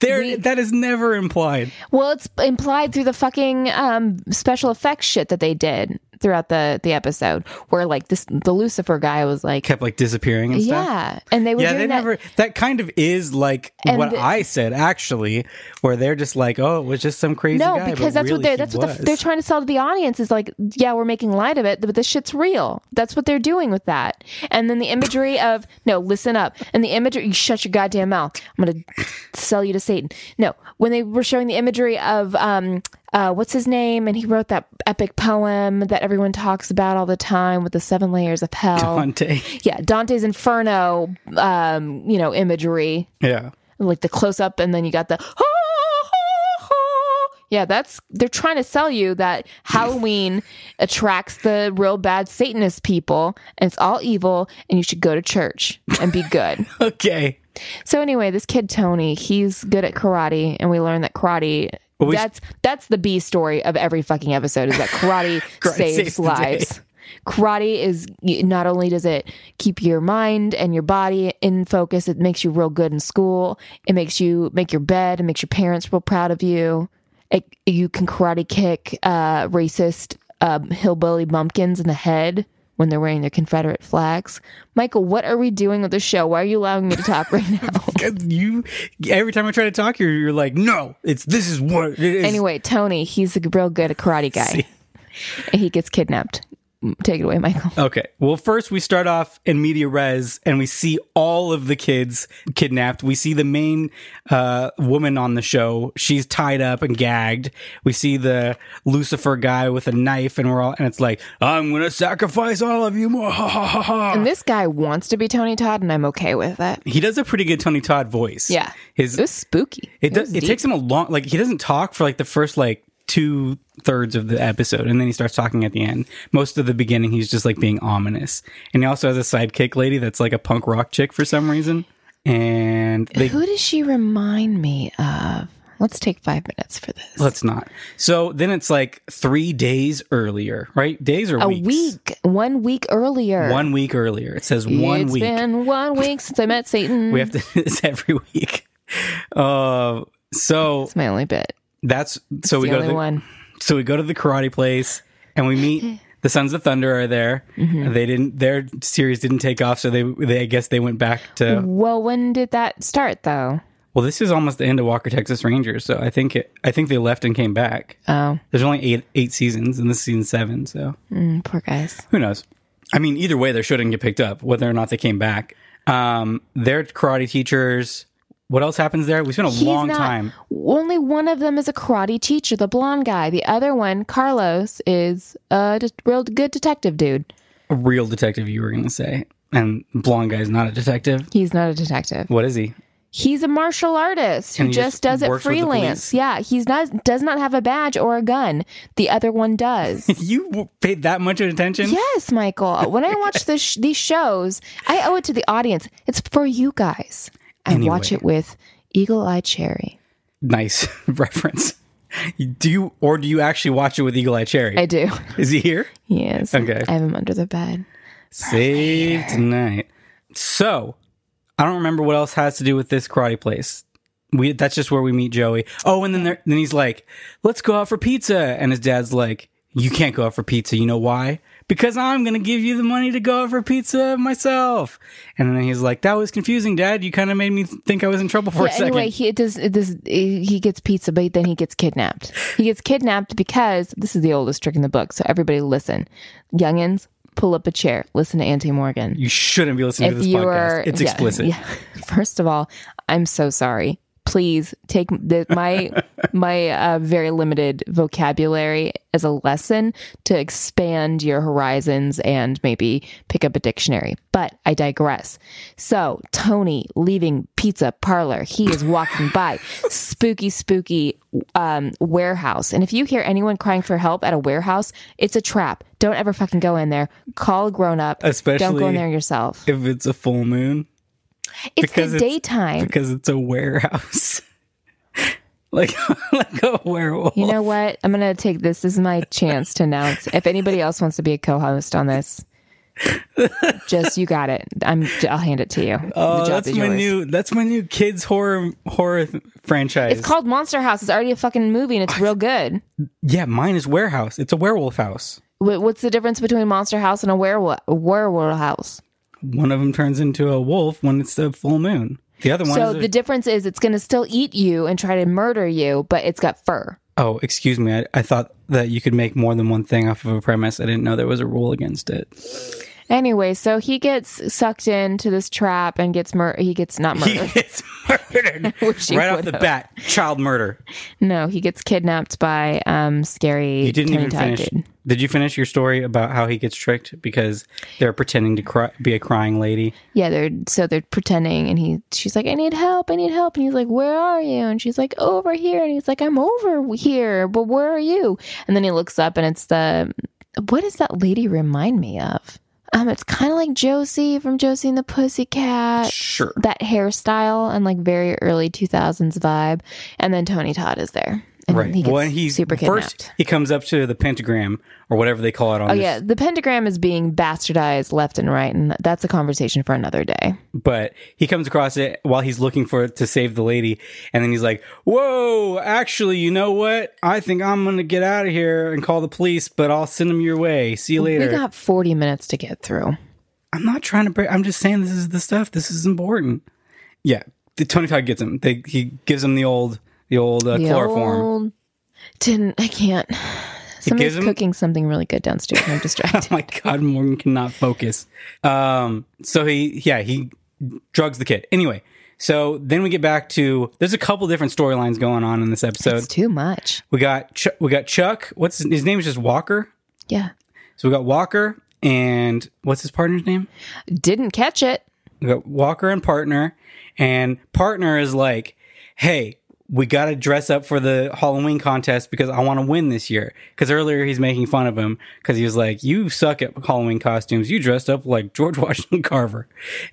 Speaker 2: There
Speaker 1: we-
Speaker 2: that is never implied.
Speaker 1: Well, it's implied through the fucking um, special effects shit that they did throughout the the episode, where like this the Lucifer guy was like,
Speaker 2: Kept like disappearing and stuff.
Speaker 1: yeah, and they were
Speaker 2: yeah,
Speaker 1: doing
Speaker 2: they
Speaker 1: that.
Speaker 2: never. That kind of is like
Speaker 1: And
Speaker 2: what
Speaker 1: the-
Speaker 2: I said, actually, where they're just like, "Oh, it was just some crazy
Speaker 1: no,
Speaker 2: guy."
Speaker 1: because
Speaker 2: but
Speaker 1: that's what
Speaker 2: really
Speaker 1: they're
Speaker 2: he
Speaker 1: that's what the,
Speaker 2: was.
Speaker 1: they're trying to sell to the audience is like, yeah, we're making light of it, but this shit's real. That's what they're doing with that. And then the imagery of no, listen up, and the imagery. You shut your goddamn mouth. I'm gonna sell you to Satan. No, when they were showing the imagery of um. Uh, what's his name? And he wrote that epic poem that everyone talks about all the time with the seven layers of hell.
Speaker 2: Dante.
Speaker 1: Yeah, Dante's Inferno, um, you know, imagery
Speaker 2: Yeah,
Speaker 1: like the close up and then you got the yeah that's they're trying to sell you that halloween attracts the real bad satanist people and it's all evil and you should go to church and be good
Speaker 2: okay.
Speaker 1: so anyway this kid tony he's good at karate and we learned that karate
Speaker 2: Well, we-
Speaker 1: that's that's the b story of every fucking episode is that karate,
Speaker 2: Karate
Speaker 1: saves,
Speaker 2: saves the day.
Speaker 1: lives karate is not only does it keep your mind and your body in focus it makes you real good in school it makes you make your bed it makes your parents real proud of you it, you can karate kick uh, racist um, hillbilly bumpkins in the head when they're wearing their confederate flags michael what are we doing with the show why are you allowing me to talk right now
Speaker 2: You every time I try to talk, you're, you're like, "No, it's this is what it is."
Speaker 1: anyway tony he's a real good karate guy and he gets kidnapped take it away michael
Speaker 2: Okay. Well, first we start off in media res, and we see all of the kids kidnapped. We see the main uh, woman on the show; she's tied up and gagged. We see the Lucifer guy with a knife, and we're all, and it's like, "I'm gonna sacrifice all of you!" Ha ha ha ha.
Speaker 1: And this guy wants to be Tony Todd, and I'm okay with it.
Speaker 2: He does a pretty good Tony Todd voice.
Speaker 1: Yeah,
Speaker 2: His
Speaker 1: it was spooky.
Speaker 2: It does.
Speaker 1: was
Speaker 2: It
Speaker 1: deep.
Speaker 2: takes him a long. Like he doesn't talk for like the first like two thirds of the episode, and then he starts talking at the end. Most of the beginning, he's just like being ominous, and he also has a sidekick lady that's like a punk rock chick for some reason. And they
Speaker 1: Who does she remind me of? Let's take five minutes for this.
Speaker 2: let's not. So then it's like three days earlier, right? Days or
Speaker 1: a
Speaker 2: weeks?
Speaker 1: week, one week earlier.
Speaker 2: One week earlier. It says one
Speaker 1: It's
Speaker 2: week.
Speaker 1: been one week since I met Satan.
Speaker 2: we have to. it's every week. Uh, so
Speaker 1: That's my only bit.
Speaker 2: that's so we
Speaker 1: the
Speaker 2: go
Speaker 1: only
Speaker 2: to the,
Speaker 1: one.
Speaker 2: so we go to the karate place and we meet the Sons of Thunder are there.
Speaker 1: Mm-hmm.
Speaker 2: They didn't their series didn't take off, so they they I guess they went back to
Speaker 1: Well, when did that start though?
Speaker 2: well, this is almost the end of Walker Texas Rangers, so I think it, I think they left and came back.
Speaker 1: Oh,
Speaker 2: There's only eight eight seasons, and this is season seven, so
Speaker 1: mm, poor guys.
Speaker 2: who knows? I mean, either way, they're sure didn't get picked up, whether or not they came back. Um, they're karate teachers. What else happens there? We spent a
Speaker 1: He's
Speaker 2: long
Speaker 1: not-
Speaker 2: time.
Speaker 1: Only one of them is a karate teacher, the blonde guy. The other one, Carlos, is a de- real good detective dude.
Speaker 2: A real detective, you were going to say, and blonde guy's not a detective.
Speaker 1: He's not a detective.
Speaker 2: What is he?
Speaker 1: He's a martial artist who
Speaker 2: And he
Speaker 1: just,
Speaker 2: just
Speaker 1: does it
Speaker 2: works with the
Speaker 1: freelance.
Speaker 2: police?
Speaker 1: Yeah, he's not does not have a badge or a gun. The other one does.
Speaker 2: You w- paid that much attention?
Speaker 1: yes, Michael. When I watch this sh- these shows, I owe it to the audience. It's for you guys. I watch
Speaker 2: Anyway.
Speaker 1: it with Eagle Eye Cherry.
Speaker 2: Nice reference. Do you or do you actually watch it with Eagle Eye Cherry?
Speaker 1: I do.
Speaker 2: Is he here?
Speaker 1: Yes.
Speaker 2: Okay.
Speaker 1: I have him under the bed.
Speaker 2: Save tonight. So I don't remember what else has to do with this karate place. We that's just where we meet Joey. Oh, and then there, then he's like, "Let's go out for pizza," and his dad's like, "You can't go out for pizza. You know why?" Because I'm gonna give you the money to go out for pizza myself. And then he's like, "That was confusing, Dad. You kind of made me think I was in trouble for a
Speaker 1: yeah,
Speaker 2: second.
Speaker 1: anyway, he it does it does he gets pizza, but then he gets kidnapped. He gets kidnapped because this is the oldest trick in the book. So everybody listen, youngins, pull up a chair, listen to Auntie Morgan.
Speaker 2: you shouldn't be listening to this
Speaker 1: you
Speaker 2: podcast.
Speaker 1: are-
Speaker 2: it's
Speaker 1: yeah,
Speaker 2: explicit."
Speaker 1: yeah. First of all, I'm so sorry. Please take the, my my uh, very limited vocabulary as a lesson to expand your horizons and maybe pick up a dictionary. But I digress. So Tony leaving pizza parlor, he is walking by spooky, spooky um, warehouse. And if you hear anyone crying for help at a warehouse, it's a trap. Don't ever fucking go in there. Call a grown up. don't go
Speaker 2: Especially
Speaker 1: in there yourself.
Speaker 2: if it's a full moon
Speaker 1: It's
Speaker 2: because
Speaker 1: the
Speaker 2: it's-
Speaker 1: daytime.
Speaker 2: because it's a warehouse. like like a werewolf.
Speaker 1: You know what? I'm gonna take this. This is my chance to announce. If anybody else wants to be a co-host on this, just you got it. I'm. I'll hand it to you.
Speaker 2: Oh,
Speaker 1: the job
Speaker 2: that's
Speaker 1: is
Speaker 2: my
Speaker 1: yours.
Speaker 2: new that's my new kids horror horror th- franchise.
Speaker 1: It's called Monster House. It's already a fucking movie, and it's real good.
Speaker 2: yeah, mine is warehouse. It's a werewolf house.
Speaker 1: Wh- What's the difference between Monster House and a werewolf, werewolf house?
Speaker 2: One of them turns into a wolf when it's the full moon. The other one
Speaker 1: So
Speaker 2: is a-
Speaker 1: the difference is it's going to still eat you and try to murder you, but it's got fur.
Speaker 2: Oh, excuse me. I, I thought that you could make more than one thing off of a premise. I didn't know there was a rule against it.
Speaker 1: Anyway, so he gets sucked into this trap and gets mur- he gets not
Speaker 2: He
Speaker 1: murdered.
Speaker 2: gets murdered
Speaker 1: Wish he
Speaker 2: right off
Speaker 1: would've.
Speaker 2: the bat. Child murder.
Speaker 1: no, he gets kidnapped by um scary
Speaker 2: You didn't even
Speaker 1: tongue-tied
Speaker 2: finish.
Speaker 1: dude.
Speaker 2: Did you finish your story about how he gets tricked because they're pretending to cry, be a crying lady?
Speaker 1: Yeah, they're so they're pretending and he she's like I need help, I need help and he's like where are you? And she's like over here and he's like I'm over here, but where are you? And then he looks up and it's the what does that lady remind me of? Um it's kind of like Josie from Josie and the Pussycat.
Speaker 2: Sure.
Speaker 1: that hairstyle and like very early 2000s vibe and then tony todd is there and
Speaker 2: Right.
Speaker 1: he gets
Speaker 2: when he's
Speaker 1: super kidnapped
Speaker 2: first, he comes up to the pentagram or whatever they call it on
Speaker 1: oh
Speaker 2: this.
Speaker 1: yeah the pentagram is being bastardized left and right and that's a conversation for another day
Speaker 2: But he comes across it while he's looking for it to save the lady, and then he's like, "Whoa! Actually, you know what? I think I'm gonna get out of here and call the police, but I'll send them your way. See you later."
Speaker 1: we got 40 minutes to get through
Speaker 2: I'm not trying to break. I'm just saying this is the stuff. This is important. Yeah, the Tony Todd gets him. They, he gives him the old the old uh,
Speaker 1: the
Speaker 2: chloroform.
Speaker 1: old didn't i can't somebody's
Speaker 2: him-
Speaker 1: cooking something really good downstairs and i'm distracted
Speaker 2: Oh my god, Morgan cannot focus. Um, so he, yeah, he drugs the kid. Anyway, so then we get back to there's a couple different storylines going on in this episode.
Speaker 1: it's too much
Speaker 2: we got Ch- we got Chuck. What's his, his name? Is just Walker.
Speaker 1: yeah
Speaker 2: So we got Walker and what's his partner's name?
Speaker 1: didn't catch it
Speaker 2: We got Walker and partner, and partner is like, hey. We got to dress up for the Halloween contest because I want to win this year. Because earlier he's making fun of him because he was like, "You suck at Halloween costumes. You dressed up like George Washington Carver,"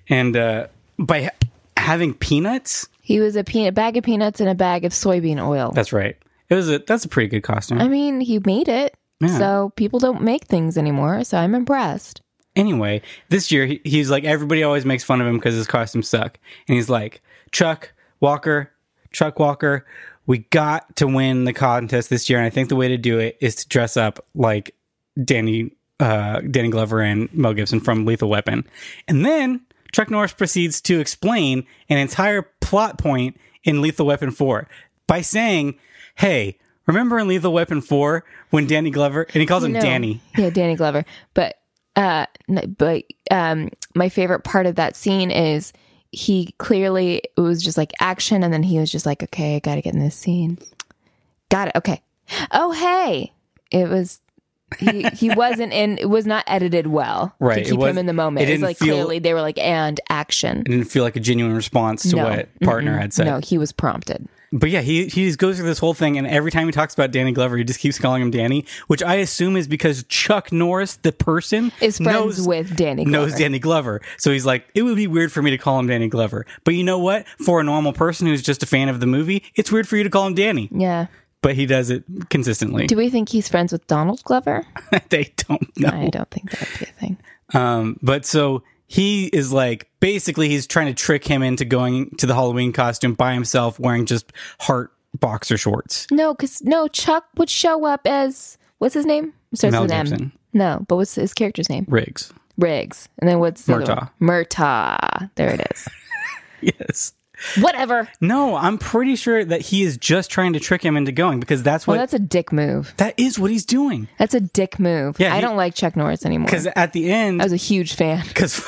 Speaker 2: and uh, by ha- having peanuts,
Speaker 1: he was a peanut bag of peanuts and a bag of soybean oil
Speaker 2: that's right. It was a that's a pretty good costume.
Speaker 1: i mean he made it
Speaker 2: Yeah.
Speaker 1: so people don't make things anymore so i'm impressed
Speaker 2: Anyway, this year he, he's like everybody always makes fun of him because his costumes suck, and he's like Chuck Walker, Chuck Walker. We got to win the contest this year, and I think the way to do it is to dress up like Danny, uh, Danny Glover and Mel Gibson from Lethal Weapon, and then Chuck Norris proceeds to explain an entire plot point in Lethal Weapon Four by saying, "Hey." Remember in Lethal Weapon 4 when Danny Glover, and he calls him
Speaker 1: No.
Speaker 2: Danny.
Speaker 1: Yeah, Danny Glover. But uh n- but um my favorite part of that scene is he clearly it was just like action and then he was just like, Okay, I gotta get in this scene. Got it, okay. Oh hey. It was he, he wasn't in it was not edited well
Speaker 2: Right,
Speaker 1: to
Speaker 2: it
Speaker 1: keep
Speaker 2: was-
Speaker 1: him in the moment.
Speaker 2: it
Speaker 1: It was
Speaker 2: didn't
Speaker 1: like
Speaker 2: feel-
Speaker 1: clearly they were like and action.
Speaker 2: It didn't feel like a genuine response to
Speaker 1: No.
Speaker 2: what partner had said.
Speaker 1: No, he was prompted.
Speaker 2: But yeah, he he just goes through this whole thing, and every time he talks about Danny Glover, he just keeps calling him Danny, which I assume is because Chuck Norris, the person,
Speaker 1: Is friends
Speaker 2: knows-
Speaker 1: with Danny Glover.
Speaker 2: knows Danny Glover. So he's like, it would be weird for me to call him Danny Glover. But you know what? For a normal person who's just a fan of the movie, it's weird for you to call him Danny.
Speaker 1: Yeah.
Speaker 2: But he does it consistently.
Speaker 1: Do we think he's friends with Donald Glover?
Speaker 2: they don't know.
Speaker 1: I don't think that would be a thing.
Speaker 2: Um, but so he is like basically he's trying to trick him into going to the Halloween costume by himself, wearing just heart boxer shorts.
Speaker 1: No, because no, Chuck would show up as what's his name? It Starts
Speaker 2: Mel
Speaker 1: with an
Speaker 2: Gibson.
Speaker 1: M. No, but what's his character's name?
Speaker 2: Riggs.
Speaker 1: Riggs. And then what's the other
Speaker 2: Murtaugh.
Speaker 1: one? Murtaugh. There it is.
Speaker 2: Yes.
Speaker 1: Whatever.
Speaker 2: No, I'm pretty sure that he is just trying to trick him into going because that's what
Speaker 1: Well, Oh, that's a dick move.
Speaker 2: that is what he's doing.
Speaker 1: That's a dick move.
Speaker 2: Yeah,
Speaker 1: I
Speaker 2: he-
Speaker 1: don't like Chuck Norris anymore.
Speaker 2: Because at the end,
Speaker 1: I was a huge fan.
Speaker 2: because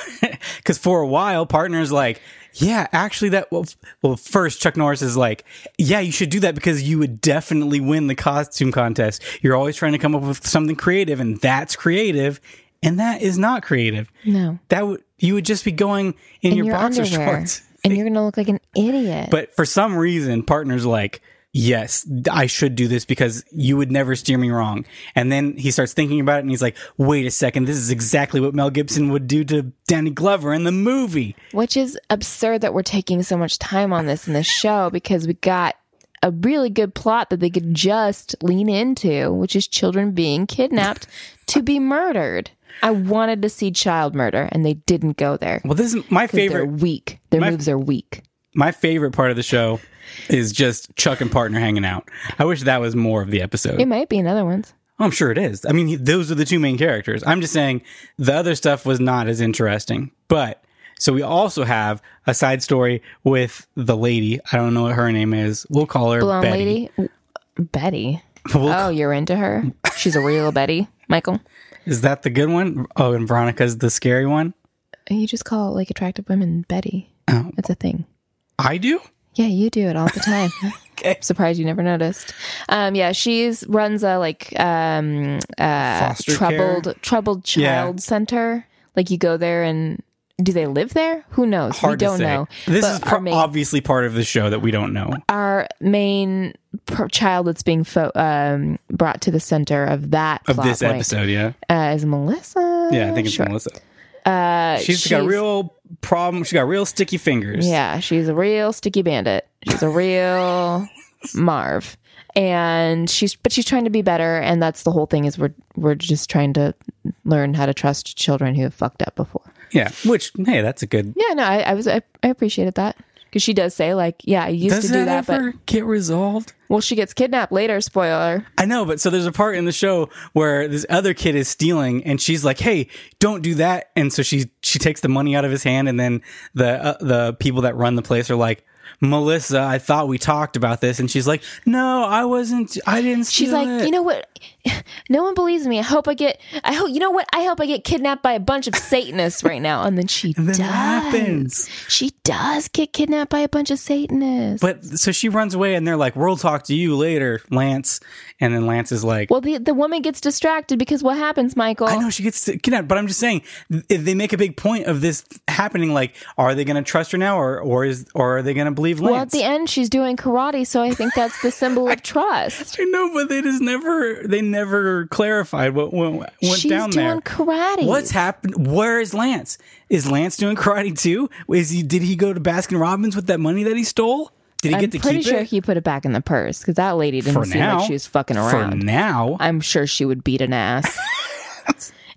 Speaker 2: because for a while partner's like yeah actually that well, f- well first chuck norris is like yeah you should do that because you would definitely win the costume contest you're always trying to come up with something creative and that's creative and that is not creative
Speaker 1: No.
Speaker 2: that would you would just be going in,
Speaker 1: In
Speaker 2: your,
Speaker 1: your,
Speaker 2: boxer
Speaker 1: underwear.
Speaker 2: shorts
Speaker 1: And you're gonna look like an idiot.
Speaker 2: but for some reason partner's like yes i should do this because you would never steer me wrong and then he starts thinking about it and he's like wait a second this is exactly what mel gibson would do to danny glover in the movie
Speaker 1: Which is absurd that we're taking so much time on this in this show because we got a really good plot that they could just lean into, which is children being kidnapped to be murdered. I wanted to see child murder, and they didn't go there.
Speaker 2: Well, this is my
Speaker 1: 'Cause They're
Speaker 2: favorite.
Speaker 1: weak. Their
Speaker 2: my-
Speaker 1: moves are weak.
Speaker 2: My favorite part of the show is just Chuck and partner hanging out. I wish that was more of the episode.
Speaker 1: It might be in other ones.
Speaker 2: Oh, I'm sure it is. I mean, he- those are the two main characters. I'm just saying the other stuff was not as interesting. But so we also have a side story with the lady. I don't know what her name is. We'll call her
Speaker 1: Blonde
Speaker 2: Betty.
Speaker 1: lady, Betty.
Speaker 2: We'll-
Speaker 1: Oh, you're into her. She's a real Betty, Michael.
Speaker 2: Is that the good one? Oh, and Veronica's the scary one.
Speaker 1: You just call like attractive women Betty.
Speaker 2: Oh.
Speaker 1: It's a thing.
Speaker 2: I do.
Speaker 1: Yeah, you do it all the time. okay. Surprised you never noticed. Um, yeah, she's runs a like um uh
Speaker 2: Foster
Speaker 1: troubled
Speaker 2: care?
Speaker 1: troubled
Speaker 2: Yeah.
Speaker 1: child center. Like you go there and do they live there? Who knows?
Speaker 2: Hard
Speaker 1: we don't
Speaker 2: to say.
Speaker 1: know.
Speaker 2: This
Speaker 1: But
Speaker 2: is pro-
Speaker 1: our main,
Speaker 2: obviously part of the show that we don't know.
Speaker 1: our main per- child that's being fo- um brought to the center of that
Speaker 2: Of
Speaker 1: plot
Speaker 2: this
Speaker 1: point,
Speaker 2: episode, yeah,
Speaker 1: uh, is Melissa.
Speaker 2: yeah, I think it's
Speaker 1: Sure.
Speaker 2: Melissa.
Speaker 1: Uh,
Speaker 2: she's got a real problem. She got real sticky fingers.
Speaker 1: Yeah, she's a real sticky bandit. She's a real Marv. And she's but she's trying to be better and that's the whole thing is we're we're just trying to learn how to trust children who have fucked up before.
Speaker 2: yeah. Which hey, that's a good.
Speaker 1: Yeah, no, I, I was I, I appreciated that. Because she does say like, yeah, I used
Speaker 2: Does
Speaker 1: to do
Speaker 2: that,
Speaker 1: that,
Speaker 2: ever get resolved?
Speaker 1: but well she gets kidnapped later, spoiler.
Speaker 2: I know, but so there's a part in the show where this other kid is stealing, and she's like, "Hey, don't do that!" And so she she takes the money out of his hand, and then the uh, the people that run the place are like, "Melissa, I thought we talked about this," and she's like, "No, I wasn't. I didn't." Steal
Speaker 1: She's like,
Speaker 2: it."
Speaker 1: you know what? No one believes me. I hope I get I hope you know what? I hope I get kidnapped by a bunch of Satanists right now. And then she
Speaker 2: And then it
Speaker 1: does.
Speaker 2: happens.
Speaker 1: She does get kidnapped by a bunch of Satanists.
Speaker 2: But so she runs away, and they're like, "We'll talk to you later, Lance." And then Lance is like,
Speaker 1: Well, the the woman gets distracted because what happens, Michael?
Speaker 2: I know she gets kidnapped, but I'm just saying th- they make a big point of this happening. Like, are they going to trust her now, or or is or are they going to believe Lance?
Speaker 1: Well, at the end, she's doing karate, so I think that's the symbol of trust.
Speaker 2: I know, but they just never they never clarified what went, went
Speaker 1: She's
Speaker 2: down
Speaker 1: doing
Speaker 2: there.
Speaker 1: karate.
Speaker 2: What's happened? Where is Lance? Is Lance doing karate too? Is he? Did he go to Baskin Robbins with that money that he stole? Did he
Speaker 1: I'm
Speaker 2: get to
Speaker 1: pretty
Speaker 2: keep
Speaker 1: sure
Speaker 2: it
Speaker 1: he put it back in the purse because that lady didn't
Speaker 2: for
Speaker 1: seem
Speaker 2: now?
Speaker 1: like she was fucking
Speaker 2: For
Speaker 1: around.
Speaker 2: now,
Speaker 1: I'm sure she would beat an ass.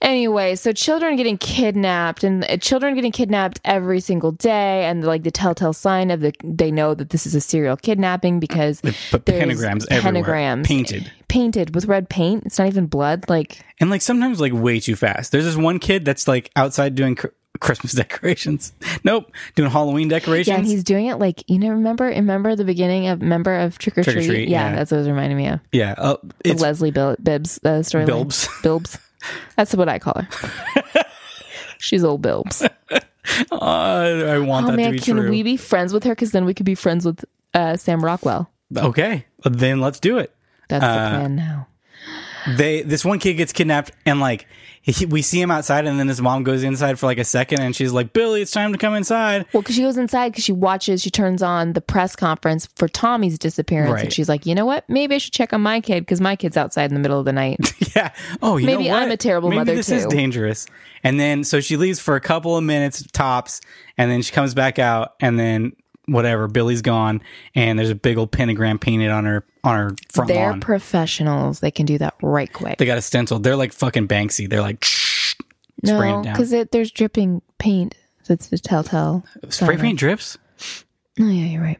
Speaker 1: anyway, so children getting kidnapped and uh, children getting kidnapped every single day, and like the telltale sign of the they know that this is a serial kidnapping because
Speaker 2: put
Speaker 1: there's
Speaker 2: pentagrams everywhere,
Speaker 1: pentagrams
Speaker 2: painted.
Speaker 1: painted with red paint. It's not even blood, like.
Speaker 2: and like sometimes like way too fast. There's this one kid that's like outside doing cr- Christmas decorations. Nope, doing Halloween decorations.
Speaker 1: Yeah, and he's doing it like you know. Remember, remember the beginning of member of Trick or
Speaker 2: Trick or
Speaker 1: Treat.
Speaker 2: Treat,
Speaker 1: yeah,
Speaker 2: yeah.
Speaker 1: that's what it was reminding me of.
Speaker 2: Yeah, uh,
Speaker 1: The
Speaker 2: it's
Speaker 1: Leslie Bil- Bibbs uh, storyline.
Speaker 2: Bilbs.
Speaker 1: Bilbs. That's what I call her. She's old Bilbs.
Speaker 2: uh, I
Speaker 1: Oh
Speaker 2: want that to
Speaker 1: man,
Speaker 2: be
Speaker 1: can
Speaker 2: true.
Speaker 1: we be friends with her? Because then we could be friends with uh, Sam Rockwell.
Speaker 2: okay, then let's do it.
Speaker 1: That's
Speaker 2: Uh,
Speaker 1: the plan now.
Speaker 2: they this one kid gets kidnapped and like he, we see him outside and then his mom goes inside for like a second and she's like billy it's time to come inside
Speaker 1: Well, because she goes inside because she watches, she turns on the press conference for Tommy's disappearance,
Speaker 2: Right.
Speaker 1: and she's like, you know what? Maybe I should check on my kid because my kid's outside in the middle of the night.
Speaker 2: yeah oh you
Speaker 1: Maybe
Speaker 2: know what?
Speaker 1: I'm a terrible
Speaker 2: Maybe
Speaker 1: mother,
Speaker 2: this is
Speaker 1: too.
Speaker 2: dangerous and then so she leaves for a couple of minutes tops and then she comes back out and then whatever billy's gone and there's a big old pentagram painted on her on her front
Speaker 1: They're
Speaker 2: lawn
Speaker 1: professionals; they can do that right quick.
Speaker 2: they got a stencil they're like fucking banksy they're like spraying
Speaker 1: no,
Speaker 2: it down.
Speaker 1: because there's dripping paint. That's the telltale.
Speaker 2: spray
Speaker 1: sign.
Speaker 2: paint drips
Speaker 1: Oh yeah, you're right.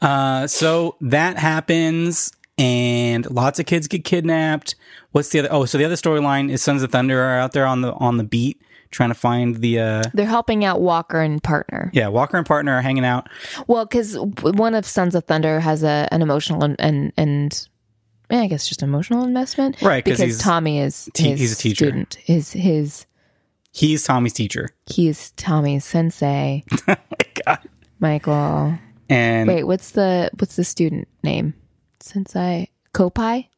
Speaker 2: Uh, so that happens, and lots of kids get kidnapped. What's the other? Oh, so the other storyline is Sons of Thunder are out there on the on the beat trying to find the. uh
Speaker 1: They're helping out Walker and partner.
Speaker 2: Yeah, Walker and partner are hanging out.
Speaker 1: Well, because one of Sons of Thunder has a an emotional and and, and yeah, I guess just emotional investment,
Speaker 2: Right, 'cause
Speaker 1: Because
Speaker 2: he's-
Speaker 1: Tommy is
Speaker 2: te-
Speaker 1: his
Speaker 2: he's a teacher.
Speaker 1: Student is his
Speaker 2: He's Tommy's teacher.
Speaker 1: he is Tommy's sensei.
Speaker 2: Oh
Speaker 1: Michael,
Speaker 2: And
Speaker 1: wait, what's the what's the student name? Sensei Kopai.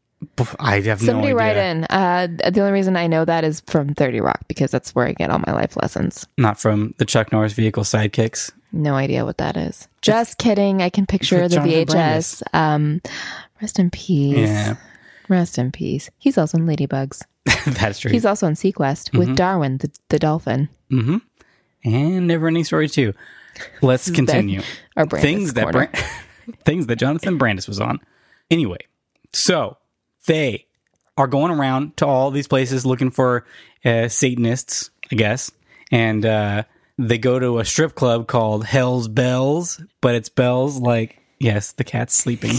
Speaker 2: I have
Speaker 1: Somebody
Speaker 2: no idea.
Speaker 1: write in. Uh, the only reason I know that is from Thirty Rock because that's where I get all my life lessons.
Speaker 2: Not from the Chuck Norris vehicle sidekicks.
Speaker 1: No idea what that is. Just kidding. I can picture
Speaker 2: with
Speaker 1: the
Speaker 2: Jonathan
Speaker 1: VHS. Um, rest in peace.
Speaker 2: Yeah,
Speaker 1: Rest in peace. He's also in Ladybugs.
Speaker 2: that's true.
Speaker 1: He's also in Sequest
Speaker 2: Mm-hmm.
Speaker 1: with Darwin, the, the dolphin.
Speaker 2: and never any story too. Let's continue.
Speaker 1: Our brand
Speaker 2: Things that
Speaker 1: corner.
Speaker 2: Brand- things that Jonathan Brandis was on. Anyway, so they are going around to all these places looking for uh, Satanists, I guess. And uh, they go to a strip club called Hell's Bells, but it's bells like, yes, the cat's sleeping.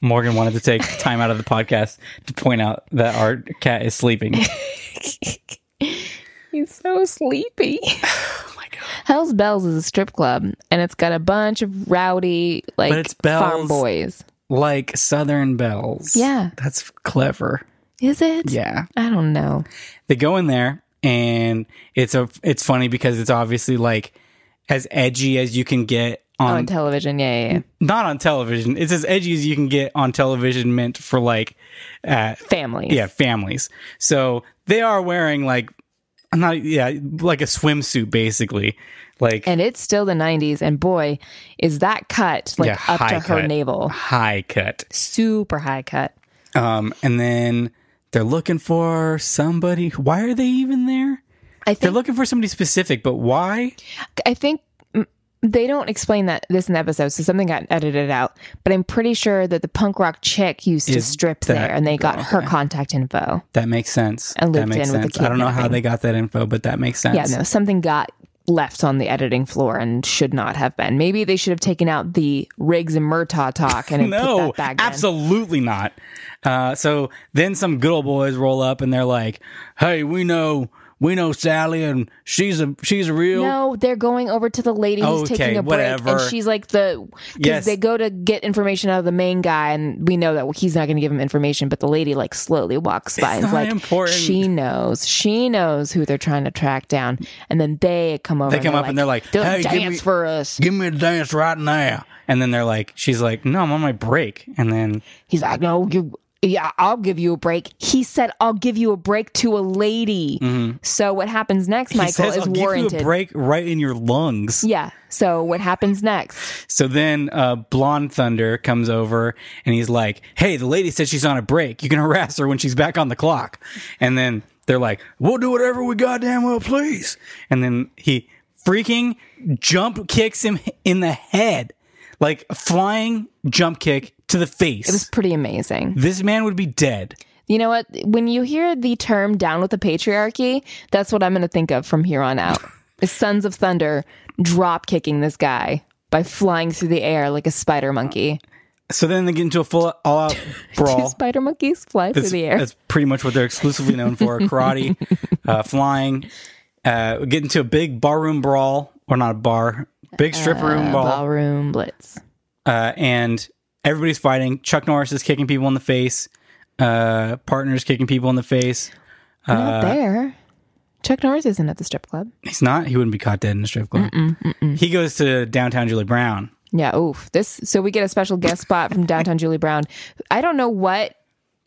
Speaker 2: Morgan wanted to take time out of the podcast to point out that our cat is sleeping.
Speaker 1: He's so sleepy. oh my god. Hell's Bells is a strip club and it's got a bunch of rowdy like
Speaker 2: it's
Speaker 1: farm
Speaker 2: bells.
Speaker 1: boys.
Speaker 2: like Southern Bells.
Speaker 1: Yeah.
Speaker 2: That's clever.
Speaker 1: Is it?
Speaker 2: Yeah.
Speaker 1: I don't know.
Speaker 2: They go in there and it's a it's funny because it's obviously like as edgy as you can get
Speaker 1: On,
Speaker 2: on
Speaker 1: television, yeah, yeah, yeah.
Speaker 2: not on television. It's as edgy as you can get on television meant for like uh
Speaker 1: Families.
Speaker 2: yeah, families. So they are wearing like I'm not yeah, like a swimsuit basically. Like
Speaker 1: And it's still the nineties, and boy, is that cut like
Speaker 2: Yeah,
Speaker 1: up to
Speaker 2: high
Speaker 1: her
Speaker 2: cut.
Speaker 1: navel.
Speaker 2: high cut.
Speaker 1: Super high cut.
Speaker 2: Um and then they're looking for somebody. Why are they even there?
Speaker 1: I
Speaker 2: They're
Speaker 1: think
Speaker 2: looking for somebody specific, but why?
Speaker 1: I think mm, they don't explain that this in the episode, so something got edited out. But I'm pretty sure that the punk rock chick used to
Speaker 2: Is
Speaker 1: strip
Speaker 2: that
Speaker 1: there, and they got
Speaker 2: girl
Speaker 1: her
Speaker 2: there.
Speaker 1: contact info.
Speaker 2: That makes sense.
Speaker 1: And
Speaker 2: that
Speaker 1: looped
Speaker 2: makes
Speaker 1: in with the
Speaker 2: sense. I don't know how
Speaker 1: kidnapping.
Speaker 2: they got that info, but that makes sense.
Speaker 1: Yeah, no, something got left on the editing floor and should not have been. Maybe they should have taken out the Riggs and Murtaugh talk and
Speaker 2: No,
Speaker 1: put that back in.
Speaker 2: absolutely not. Uh, so then some good old boys roll up and they're like, "Hey, we know, we know Sally, and she's a she's a real."
Speaker 1: No, they're going over to the lady who's
Speaker 2: Oh, Okay,
Speaker 1: taking a break,
Speaker 2: whatever.
Speaker 1: and she's like the because
Speaker 2: Yes.
Speaker 1: they go to get information out of the main guy, and we know that he's not going to give him information. But the lady like slowly walks by, and
Speaker 2: not
Speaker 1: is like
Speaker 2: important.
Speaker 1: she knows, she knows who they're trying to track down, and then they come over.
Speaker 2: They come up and they're like,
Speaker 1: "Do a
Speaker 2: "Hey, give
Speaker 1: dance
Speaker 2: me-
Speaker 1: for us."
Speaker 2: Give me a dance right now. And then they're like, she's like, no, I'm on my break. And then
Speaker 1: He's like, "No, you." Yeah, I'll give you a break. He said, "I'll give you a break to a lady." So what happens next, Michael,
Speaker 2: Mm-hmm. he says,
Speaker 1: is
Speaker 2: I'll
Speaker 1: warranted.
Speaker 2: give you a break right in your lungs.
Speaker 1: Yeah. So what happens next?
Speaker 2: So then uh, Blonde Thunder comes over and he's like, Hey, the lady said she's on a break. You can harass her when she's back on the clock. And then they're like, We'll do whatever we goddamn well please. And then he freaking jump kicks him in the head, like a flying jump kick to the face.
Speaker 1: It's pretty amazing.
Speaker 2: this man would be dead.
Speaker 1: You know what? When you hear the term down with the patriarchy, that's what I'm going to think of from here on out. is Sons of Thunder drop kicking this guy by flying through the air like a spider monkey.
Speaker 2: So then they get into a full all out
Speaker 1: Two
Speaker 2: brawl.
Speaker 1: spider monkeys fly through
Speaker 2: That's-
Speaker 1: the air.
Speaker 2: That's pretty much what they're exclusively known for: karate, uh, flying. Uh, we get into a big barroom brawl, or not a bar,
Speaker 1: Uh,
Speaker 2: big strip room brawl,
Speaker 1: Ballroom blitz.
Speaker 2: uh, and everybody's fighting. Chuck Norris is kicking people in the face. Uh, partners kicking people in the face.
Speaker 1: We're not
Speaker 2: Uh,
Speaker 1: there. Chuck Norris isn't at the strip club.
Speaker 2: He's not. He wouldn't be caught dead in a strip club. He goes to downtown Julie Brown.
Speaker 1: Yeah, oof. This so we get a special guest spot from downtown Julie Brown. I don't know what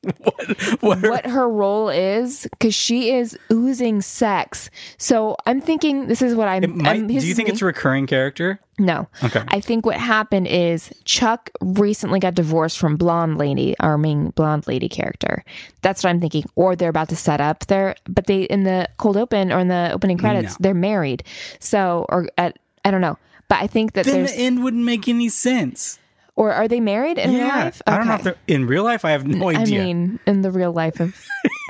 Speaker 2: What?
Speaker 1: what her role is because she is oozing sex. So I'm thinking this is what I'm.
Speaker 2: Might-
Speaker 1: I'm-
Speaker 2: do
Speaker 1: this
Speaker 2: you
Speaker 1: is
Speaker 2: think
Speaker 1: me.
Speaker 2: it's a recurring character?
Speaker 1: No.
Speaker 2: Okay.
Speaker 1: I think what happened is Chuck recently got divorced from blonde lady, our main blonde lady character. That's what I'm thinking. Or they're about to set up there, but they in the cold open or in the opening credits, they're married. So or at I don't know. But I think that
Speaker 2: Then
Speaker 1: there's
Speaker 2: the end wouldn't make any sense.
Speaker 1: or are they married in real
Speaker 2: yeah,
Speaker 1: life?
Speaker 2: I don't know if
Speaker 1: Okay.
Speaker 2: they're in real life. I have no
Speaker 1: I
Speaker 2: idea.
Speaker 1: mean, in the real life of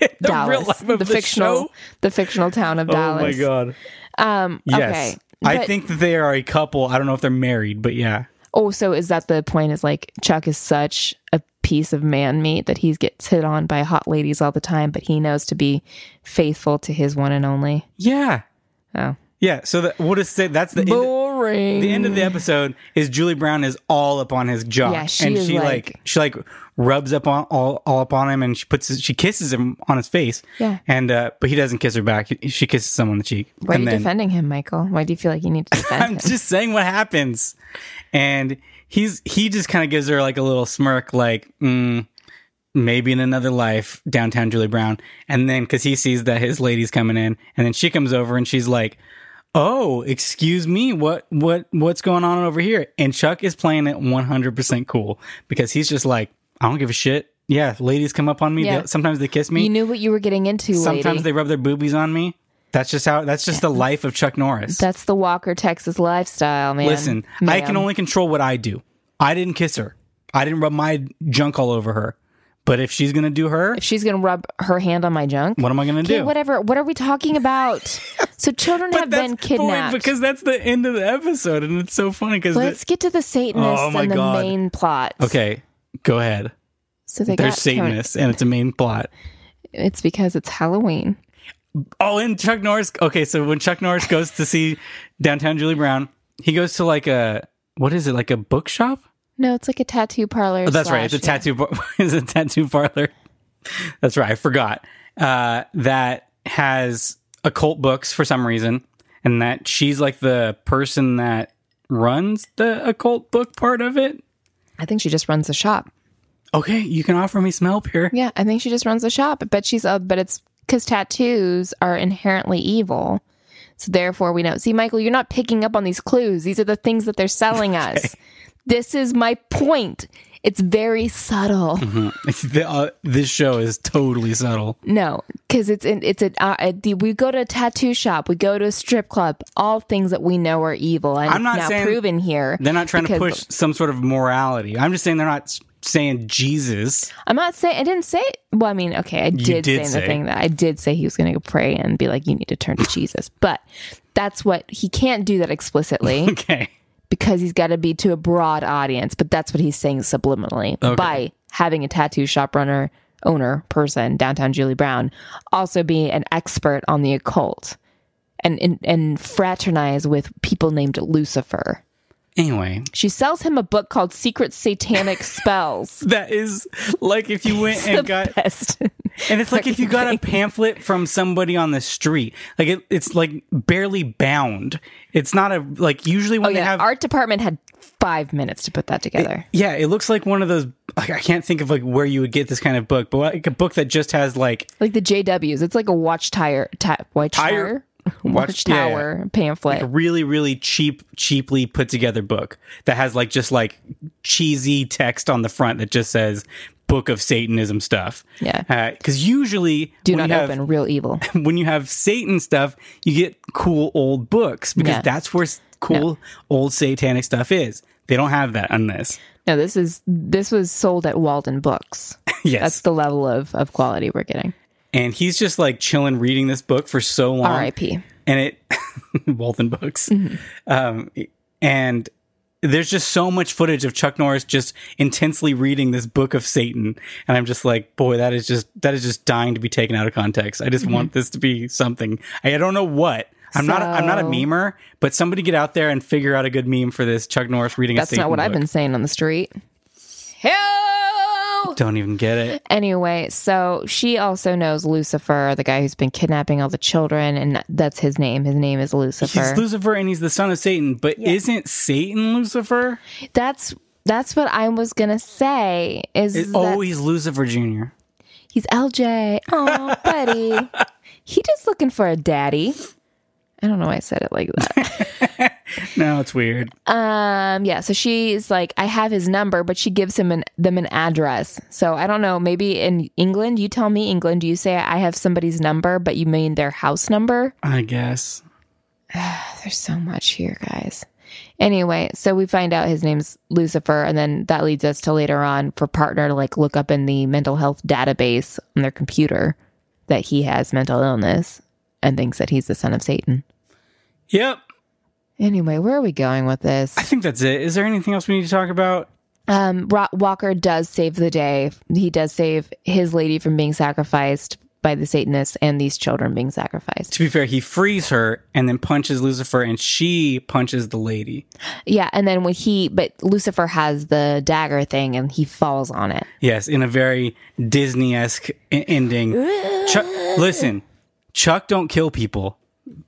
Speaker 2: The
Speaker 1: Dallas,
Speaker 2: real life of the
Speaker 1: fictional,
Speaker 2: show?
Speaker 1: the fictional town of Dallas.
Speaker 2: Oh my god. Um yes.
Speaker 1: okay,
Speaker 2: I
Speaker 1: but-
Speaker 2: think that they are a couple. I don't know if they're married, but yeah.
Speaker 1: Oh, so is that the point? Is like Chuck is such a piece of man meat that he gets hit on by hot ladies all the time, but he knows to be faithful to his one and only.
Speaker 2: Yeah.
Speaker 1: Oh.
Speaker 2: Yeah, so that, we'll just say that's the end,
Speaker 1: Boring.
Speaker 2: the end of the episode is Julie Brown is all up on his jock
Speaker 1: Yeah, she
Speaker 2: and
Speaker 1: is
Speaker 2: she like,
Speaker 1: like-
Speaker 2: she like rubs up on all, all up on him and she puts his- she kisses him on his face.
Speaker 1: Yeah.
Speaker 2: And uh but he doesn't kiss her back. She kisses someone on the cheek.
Speaker 1: Why are
Speaker 2: and
Speaker 1: you
Speaker 2: then
Speaker 1: defending him, Michael? Why do you feel like you need to defend
Speaker 2: I'm
Speaker 1: him?
Speaker 2: just saying what happens. And he's he just kind of gives her like a little smirk, like mm, maybe in another life, downtown Julie Brown. And then because he sees that his lady's coming in, and then she comes over and she's like, "Oh, excuse me, what what what's going on over here?" And Chuck is playing it 100 percent cool because he's just like, "I don't give a shit." Yeah, ladies come up on me.
Speaker 1: Yeah.
Speaker 2: They- sometimes they kiss
Speaker 1: you
Speaker 2: me.
Speaker 1: knew what you were getting into,
Speaker 2: Sometimes
Speaker 1: lady.
Speaker 2: they rub their boobies on me. That's just how. That's just the life of Chuck Norris.
Speaker 1: That's the Walker Texas lifestyle, man.
Speaker 2: Listen, I
Speaker 1: Ma'am.
Speaker 2: can only control what I do. I didn't kiss her. I didn't rub my junk all over her. But if she's gonna do her,
Speaker 1: If she's gonna rub her hand on my junk,
Speaker 2: what am I gonna
Speaker 1: okay,
Speaker 2: do?
Speaker 1: whatever. What are we talking about? so children have been
Speaker 2: but wait,
Speaker 1: kidnapped.
Speaker 2: because that's the end of the episode, and it's so funny because
Speaker 1: Let's get to the Satanists
Speaker 2: Oh, my
Speaker 1: and the
Speaker 2: God.
Speaker 1: main plot.
Speaker 2: okay, go ahead.
Speaker 1: so they
Speaker 2: They're
Speaker 1: got Tony-
Speaker 2: Satanists, and it's a main plot.
Speaker 1: It's because it's Halloween.
Speaker 2: Oh, and Chuck Norris. Okay, so when Chuck Norris goes to see Downtown Julie Brown, he goes to like a what is it like a bookshop?
Speaker 1: No, it's like a tattoo parlor.
Speaker 2: Oh, that's right. It's a
Speaker 1: slash-
Speaker 2: tattoo. Par- it's a tattoo parlor. That's right. I forgot uh, that has occult books for some reason, and that she's like the person that runs the occult book part of it.
Speaker 1: I think she just runs the shop.
Speaker 2: Okay, you can offer me some help here.
Speaker 1: Yeah, I think she just runs the shop. But she's uh, but it's because tattoos are inherently evil. So therefore, we know. See, Michael, you're not picking up on these clues. These are the things that they're selling us. This is my point. It's very subtle.
Speaker 2: The- uh, this show is totally subtle.
Speaker 1: No, because it's in, it's a, uh, uh, the, we go to a tattoo shop, we go to a strip club, all things that we know are evil. And
Speaker 2: I'm not
Speaker 1: it's now
Speaker 2: saying
Speaker 1: proven here.
Speaker 2: They're not trying to
Speaker 1: because-
Speaker 2: push some sort of morality. I'm just saying they're not s- saying Jesus.
Speaker 1: I'm not saying I didn't say. Well, I mean, okay, I did,
Speaker 2: did
Speaker 1: say, in
Speaker 2: say.
Speaker 1: the thing that I did say he was going to go pray and be like, "You need to turn to Jesus," but that's what he can't do that explicitly
Speaker 2: Okay.
Speaker 1: because he's got to be to a broad audience. But that's what he's saying subliminally by having a tattoo shop runner owner person downtown Julie Brown also be an expert on the occult and and, and fraternize with people named Lucifer.
Speaker 2: Anyway,
Speaker 1: She sells him a book called Secret Satanic Spells.
Speaker 2: that is like if you went
Speaker 1: The
Speaker 2: and got
Speaker 1: best.
Speaker 2: And it's like if you got a pamphlet from somebody on the street, like it, it's like barely bound. It's not a like usually when
Speaker 1: Oh,
Speaker 2: they
Speaker 1: yeah.
Speaker 2: have
Speaker 1: art department had five minutes to put that together.
Speaker 2: yeah, it looks like one of those. Like, I can't think of like where you would get this kind of book, but like a book that just has like
Speaker 1: like the JWs, it's like a watch tire, ti- watch
Speaker 2: Tire?
Speaker 1: tire,
Speaker 2: Watch-
Speaker 1: watch tower pamphlet.
Speaker 2: a really really cheap, cheaply put together book that has like just like cheesy text on the front that just says "Book of Satanism" stuff.
Speaker 1: Yeah.
Speaker 2: because usually
Speaker 1: Do
Speaker 2: when
Speaker 1: not
Speaker 2: you have-
Speaker 1: open. Real evil.
Speaker 2: when you have Satan stuff, you get cool old books because
Speaker 1: Yeah.
Speaker 2: that's where s- cool old satanic stuff is. They don't have that on this.
Speaker 1: No, this is this was sold at Walden Books.
Speaker 2: yes.
Speaker 1: That's the level of of quality we're getting.
Speaker 2: and he's just like chilling reading this book for so long.
Speaker 1: R.I.P.
Speaker 2: And it, Walton Books. Um, and there's just so much footage of Chuck Norris just intensely reading this book of Satan. And I'm just like, boy, that is just, that is just dying to be taken out of context. I just want
Speaker 1: Mm-hmm.
Speaker 2: this to be something. I, I don't know what. I'm not, I'm not a
Speaker 1: So-
Speaker 2: memer, but somebody get out there and figure out a good meme for this Chuck Norris reading a
Speaker 1: That's
Speaker 2: Satan
Speaker 1: not what
Speaker 2: book.
Speaker 1: I've been saying on the street. Help!
Speaker 2: Don't even get it.
Speaker 1: Anyway, so she also knows Lucifer, the guy who's been kidnapping all the children, and that's his name. His name is Lucifer.
Speaker 2: He's Lucifer and he's the son of Satan, but isn't Satan Lucifer?
Speaker 1: That's that's what I was gonna say. Is
Speaker 2: It's
Speaker 1: that
Speaker 2: always Oh, Lucifer Jr.
Speaker 1: he's LJ? Oh, buddy, he just looking for a daddy. I don't know why I said it like that.
Speaker 2: No, it's weird.
Speaker 1: Um, yeah. So she's like, I have his number, but she gives him an them an address. So I don't know. Maybe in England, you tell me England. Do you say I have somebody's number, but you mean their house number?
Speaker 2: I guess.
Speaker 1: There's so much here, guys. Anyway, so we find out his name's Lucifer, and then that leads us to later on for partner to like look up in the mental health database on their computer that he has mental illness and thinks that he's the son of Satan.
Speaker 2: Yep.
Speaker 1: Anyway, where are we going with this?
Speaker 2: I think that's it. Is there anything else we need to talk about?
Speaker 1: Um, Ro- Walker does save the day. He does save his lady from being sacrificed by the Satanists and these children being sacrificed.
Speaker 2: To be fair, he frees her and then punches Lucifer and she punches the lady.
Speaker 1: Yeah, and then when he, but Lucifer has the dagger thing and he falls on it.
Speaker 2: Yes, in a very Disney esque ending. Chuck, listen, Chuck don't kill people,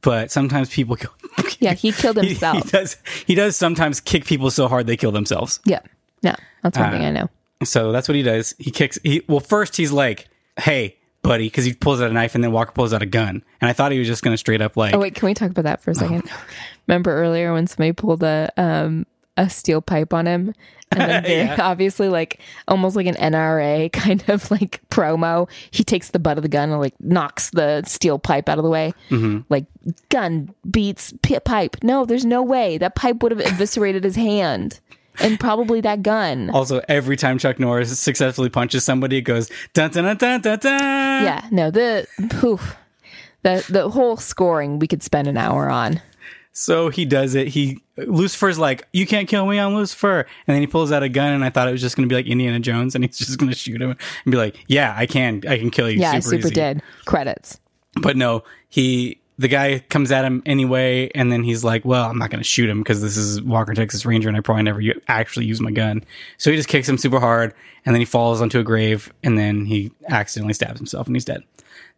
Speaker 2: but sometimes people kill.
Speaker 1: Yeah, he killed
Speaker 2: He-
Speaker 1: himself.
Speaker 2: he does. He does sometimes kick people so hard they kill themselves.
Speaker 1: Yeah. No, that's one thing I know.
Speaker 2: So that's what he does. He kicks. He well, first he's like, "Hey, buddy," because he pulls out a knife, and then Walker pulls out a gun. And I thought he was just going to straight up like,
Speaker 1: Oh wait, can we talk about that for a second? Remember earlier when somebody pulled a um a steel pipe on him, and then very obviously like almost like an NRA kind of like promo. He takes the butt of the gun and like knocks the steel pipe out of the way. Like gun beats pi pipe. No, there's no way that pipe would have eviscerated his hand. and probably that gun.
Speaker 2: Also, every time Chuck Norris successfully punches somebody, it goes dun dun dun dun dun. dun.
Speaker 1: Yeah, no, the poof. The the whole scoring we could spend an hour on.
Speaker 2: So he does it. He Lucifer's like, "You can't kill me, I'm Lucifer." And then he pulls out a gun, and I thought it was just going to be like Indiana Jones, and he's just going to shoot him and be like, "Yeah, I can, I can kill you."
Speaker 1: Yeah, super,
Speaker 2: easy."
Speaker 1: did. Credits.
Speaker 2: But no, he the guy comes at him anyway, and then he's like, "Well, I'm not going to shoot him because this is Walker Texas Ranger, and I probably never u- actually use my gun." So he just kicks him super hard, and then he falls onto a grave, and then he accidentally stabs himself, and he's dead.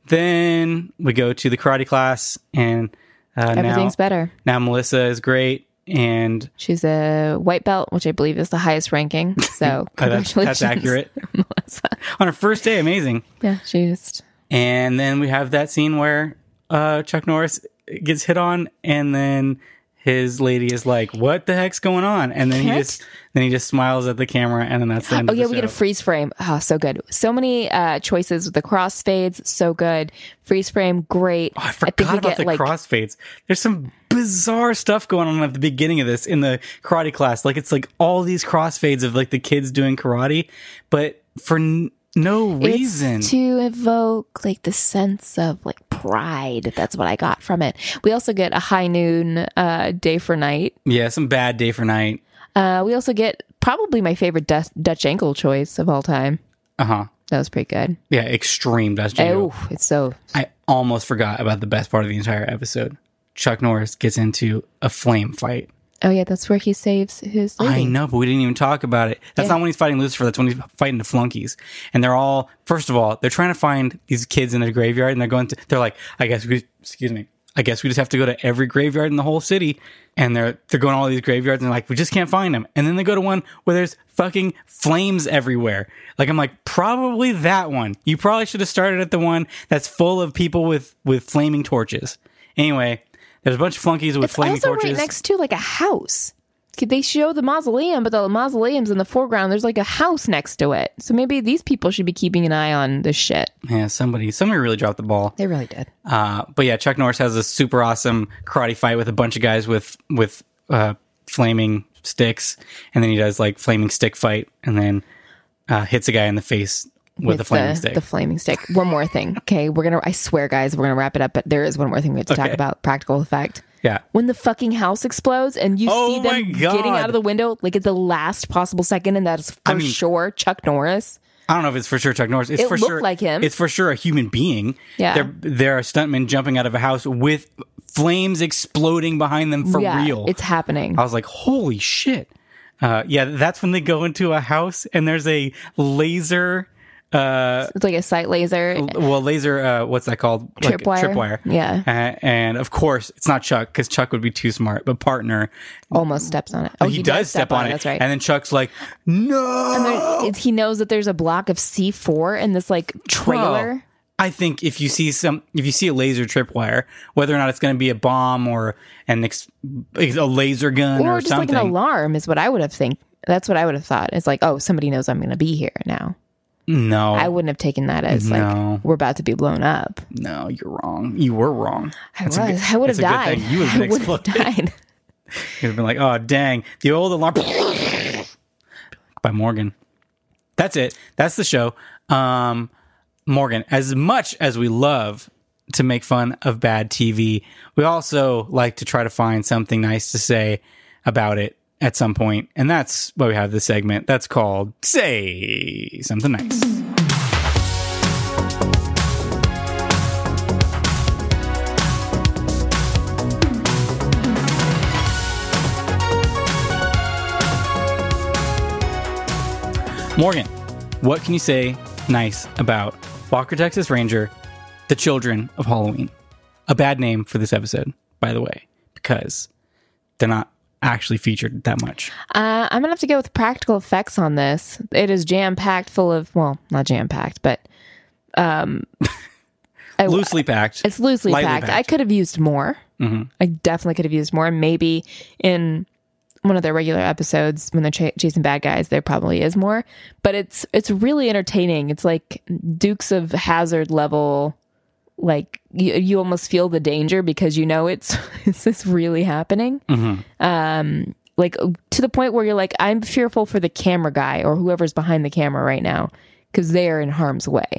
Speaker 2: Then we go to the karate class, and uh,
Speaker 1: Everything's
Speaker 2: now,
Speaker 1: better.
Speaker 2: Now Melissa is great, and
Speaker 1: She's a white belt, which I believe is the highest ranking. So
Speaker 2: uh, that's,
Speaker 1: congratulations.
Speaker 2: that's accurate. On her first day, amazing.
Speaker 1: Yeah, she just
Speaker 2: And then we have that scene where uh, Chuck Norris gets hit on, and then his lady is like, "What the heck's going on?" And then he
Speaker 1: Cat?
Speaker 2: just then he just smiles at the camera, and then that's the end.
Speaker 1: Oh
Speaker 2: of
Speaker 1: yeah,
Speaker 2: the
Speaker 1: we get a
Speaker 2: show.
Speaker 1: freeze frame. Oh, so good. So many uh choices with the crossfades, so good. Freeze frame, great.
Speaker 2: Oh, I forgot about the crossfades. There's some bizarre stuff going on at the beginning of this in the karate class. Like it's like all these crossfades of like the kids doing karate, but for n- no reason.
Speaker 1: It's to evoke like the sense of like pride. That's what I got from it. We also get a high noon, uh, day for night.
Speaker 2: yeah, some bad day for night.
Speaker 1: Uh, we also get probably my favorite Dutch, Dutch ankle choice of all time.
Speaker 2: Uh huh.
Speaker 1: That was pretty good.
Speaker 2: Yeah, extreme Dutch Jungle.
Speaker 1: Oh, it's so
Speaker 2: I almost forgot about the best part of the entire episode. Chuck Norris gets into a flame fight.
Speaker 1: Oh yeah, that's where he saves his.
Speaker 2: I
Speaker 1: lady.
Speaker 2: know, but we didn't even talk about it. That's not when he's fighting Lucifer. That's when he's fighting the flunkies. And they're all, first of all, they're trying to find these kids in a graveyard, and they're going to. They're like, I guess we, excuse me, I guess we just have to go to every graveyard in the whole city. And they're they're going to all these graveyards, and they're like, we just can't find them. And then they go to one where there's fucking flames everywhere. Like I'm like, probably that one. You probably should have started at the one that's full of people with with flaming torches. Anyway. There's a bunch of flunkies with
Speaker 1: It's
Speaker 2: flaming
Speaker 1: also
Speaker 2: torches.
Speaker 1: right next to like a house. 'Cause They show the mausoleum, but the mausoleum's in the foreground. There's like a house next to it. So maybe these people should be keeping an eye on this shit.
Speaker 2: yeah, somebody somebody really dropped the ball.
Speaker 1: They really did.
Speaker 2: Uh, but yeah, Chuck Norris has a super awesome karate fight with a bunch of guys with with uh, flaming sticks, and then he does like flaming stick fight, and then uh, hits a guy in the face with, a flaming
Speaker 1: the,
Speaker 2: stick.
Speaker 1: the flaming stick. One more thing. Okay. We're going to, I swear, guys, we're going to wrap it up, but there is one more thing we have to talk
Speaker 2: Okay.
Speaker 1: about practical effect.
Speaker 2: yeah,
Speaker 1: When the fucking house explodes and you
Speaker 2: Oh
Speaker 1: see them
Speaker 2: my God.
Speaker 1: getting out of the window like at the last possible second, and that's for
Speaker 2: mean-
Speaker 1: sure Chuck Norris.
Speaker 2: I don't know if it's for sure Chuck Norris. It's
Speaker 1: It
Speaker 2: for
Speaker 1: looked
Speaker 2: sure
Speaker 1: like him.
Speaker 2: It's for sure a human being.
Speaker 1: Yeah.
Speaker 2: they're they're a stuntman jumping out of a house with flames exploding behind them for
Speaker 1: yeah,
Speaker 2: real.
Speaker 1: it's happening.
Speaker 2: I was like, holy shit. Uh, yeah, that's when they go into a house and there's a laser. Uh,
Speaker 1: It's like a sight laser.
Speaker 2: well, laser. Uh, what's that called?
Speaker 1: Tripwire.
Speaker 2: tripwire.
Speaker 1: Yeah.
Speaker 2: Uh, and of course, it's not Chuck because Chuck would be too smart. But partner,
Speaker 1: Almost steps on it. Oh,
Speaker 2: he, does, step, on it.
Speaker 1: That's right.
Speaker 2: And then Chuck's like, "No."
Speaker 1: And there- it's- he knows that there's a block of C4 in this like trailer.
Speaker 2: Well, I think if you see some, if you see a laser tripwire, whether or not it's going to be a bomb or an ex, a laser gun
Speaker 1: or
Speaker 2: or,
Speaker 1: just
Speaker 2: something,
Speaker 1: like an alarm is what I would have think. That's what I would have thought. It's like, oh, somebody knows I'm going to be here now.
Speaker 2: no,
Speaker 1: I wouldn't have taken that as
Speaker 2: Oh. No.
Speaker 1: like we're about to be blown up.
Speaker 2: no, you're wrong. You were wrong.
Speaker 1: I
Speaker 2: That's
Speaker 1: was.
Speaker 2: a good-
Speaker 1: I would have
Speaker 2: that's a good
Speaker 1: died.
Speaker 2: thing. You would have
Speaker 1: I
Speaker 2: been
Speaker 1: would have
Speaker 2: exploded.
Speaker 1: died.
Speaker 2: You'd have been like, oh, dang, the old alarm by Morgan. That's it. That's the show. Um, Morgan, as much as we love to make fun of bad TV, we also like to try to find something nice to say about it at some point. And that's why we have this segment that's called Say Something Nice. Morgan, what can you say nice about Walker Texas Ranger, The Children of Halloween? A bad name for this episode, by the way, because they're not actually featured that much.
Speaker 1: Uh, I'm gonna have to go with practical effects on this. It is jam packed full of well, not jam packed, but um, I-
Speaker 2: Loosely packed.
Speaker 1: It's loosely
Speaker 2: Lightly
Speaker 1: packed.
Speaker 2: packed. Mm-hmm.
Speaker 1: I could have used more. I definitely could have used more. Maybe in one of their regular episodes when they're cha- chasing bad guys, there probably is more. But it's it's really entertaining. It's like Dukes of Hazard level. Like you, you
Speaker 2: Mm-hmm.
Speaker 1: almost feel the danger because you know it's is this really happening? Um, like to the point where you're like, I'm fearful for the camera guy or whoever's behind the camera right now because they are in harm's way.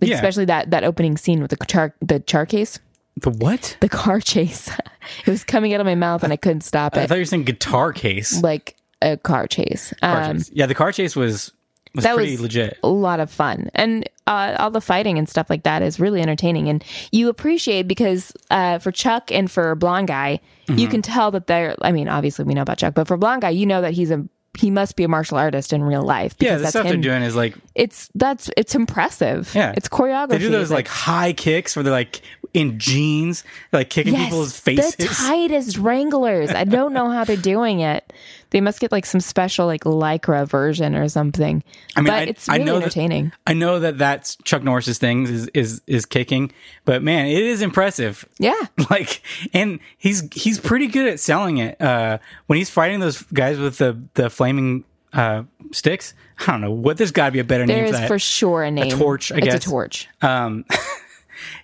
Speaker 1: Like,
Speaker 2: Yeah.
Speaker 1: Especially that that opening scene with the char the char case,
Speaker 2: The what?
Speaker 1: the car chase. it was coming out of my mouth and I couldn't stop
Speaker 2: I
Speaker 1: it.
Speaker 2: thought you were saying guitar case.
Speaker 1: like a car chase.
Speaker 2: Car
Speaker 1: um,
Speaker 2: chase. Yeah, the car chase was was
Speaker 1: that
Speaker 2: pretty
Speaker 1: was
Speaker 2: legit.
Speaker 1: a lot of fun and uh, all the fighting and stuff like that is really entertaining and you appreciate because uh, for chuck and for blonde guy
Speaker 2: Mm-hmm.
Speaker 1: you can tell that they're i mean obviously we know about chuck but for blonde guy you know that he's a he must be a martial artist in real life
Speaker 2: Yeah,
Speaker 1: because
Speaker 2: the stuff they're
Speaker 1: him.
Speaker 2: doing is like
Speaker 1: it's that's it's impressive
Speaker 2: Yeah.
Speaker 1: it's choreography
Speaker 2: they do those like high kicks where they're like in jeans, like kicking people's faces.
Speaker 1: The tightest Wranglers. I don't know how they're doing it. They must get like some special like lycra version or something.
Speaker 2: I mean,
Speaker 1: but
Speaker 2: I-
Speaker 1: it's
Speaker 2: I
Speaker 1: really
Speaker 2: know that-
Speaker 1: entertaining.
Speaker 2: I know that that's Chuck Norris's thing is, is is kicking, but man, it is impressive.
Speaker 1: yeah.
Speaker 2: Like, and he's he's pretty good at selling it. Uh, when he's fighting those guys with the the flaming uh, sticks, I don't know what. There's got to be a better
Speaker 1: There
Speaker 2: name for
Speaker 1: is
Speaker 2: that.
Speaker 1: for sure a name.
Speaker 2: torch, I
Speaker 1: it's
Speaker 2: guess.
Speaker 1: a torch.
Speaker 2: um,